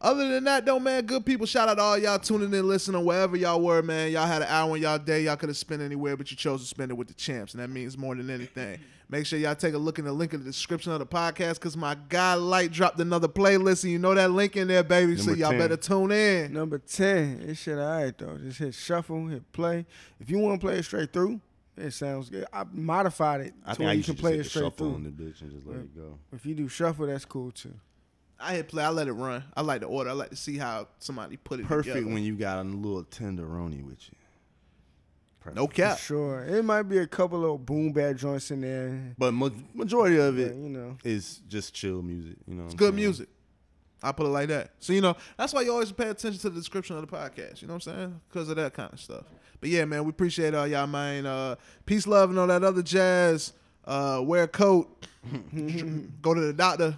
B: Other than that, though, man, good people. Shout out to all y'all tuning in, listening, wherever y'all were, man. Y'all had an hour in y'all day. Y'all could have spent anywhere, but you chose to spend it with the champs, and that means more than anything. Make sure y'all take a look in the link in the description of the podcast, because my guy Light dropped another playlist, and you know that link in there, baby. so
C: Number
B: y'all
C: 10.
B: better tune in.
D: Number 10, this shit alright though. Just hit shuffle, hit play. If you want to play it straight through, it sounds good. I modified it
C: I
D: to
C: think I
D: where you
C: used
D: can
C: to
D: play it
C: just hit the
D: straight
C: shuffle on
D: through.
C: the bitch and just let it go.
D: If you do shuffle, that's cool too.
B: I hit play. I let it run. I like the order. I like to see how somebody put it
C: Perfect
B: together.
C: when you got a little tenderoni with you. Perfect.
B: no
D: For
B: cap.
D: Sure. It might be a couple little boom bad joints in there.
C: But ma- majority of
D: But,
C: it
D: you know.
C: is just chill music. You know, what
B: It's
C: I'm
B: good
C: saying?
B: music. I put it like that. So you know that's why you always pay attention to the description of the podcast. You know what I'm saying? Because of that kind of stuff. But yeah, man, we appreciate all y'all, man. Uh, peace, love, and all that other jazz. Uh, wear a coat. Go to the doctor.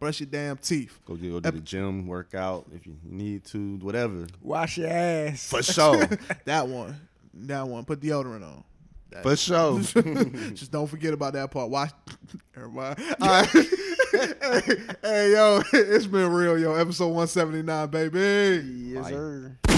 B: Brush your damn teeth.
C: Go do, go to the gym, work out if you need to, whatever.
D: Wash your ass.
C: For sure.
B: That one. That one. Put deodorant on.
C: For sure.
B: Just don't forget about that part. Watch. Never mind. All right. hey, hey, yo, it's been real, yo. Episode 179, baby.
D: Yes,
C: Fire.
D: sir.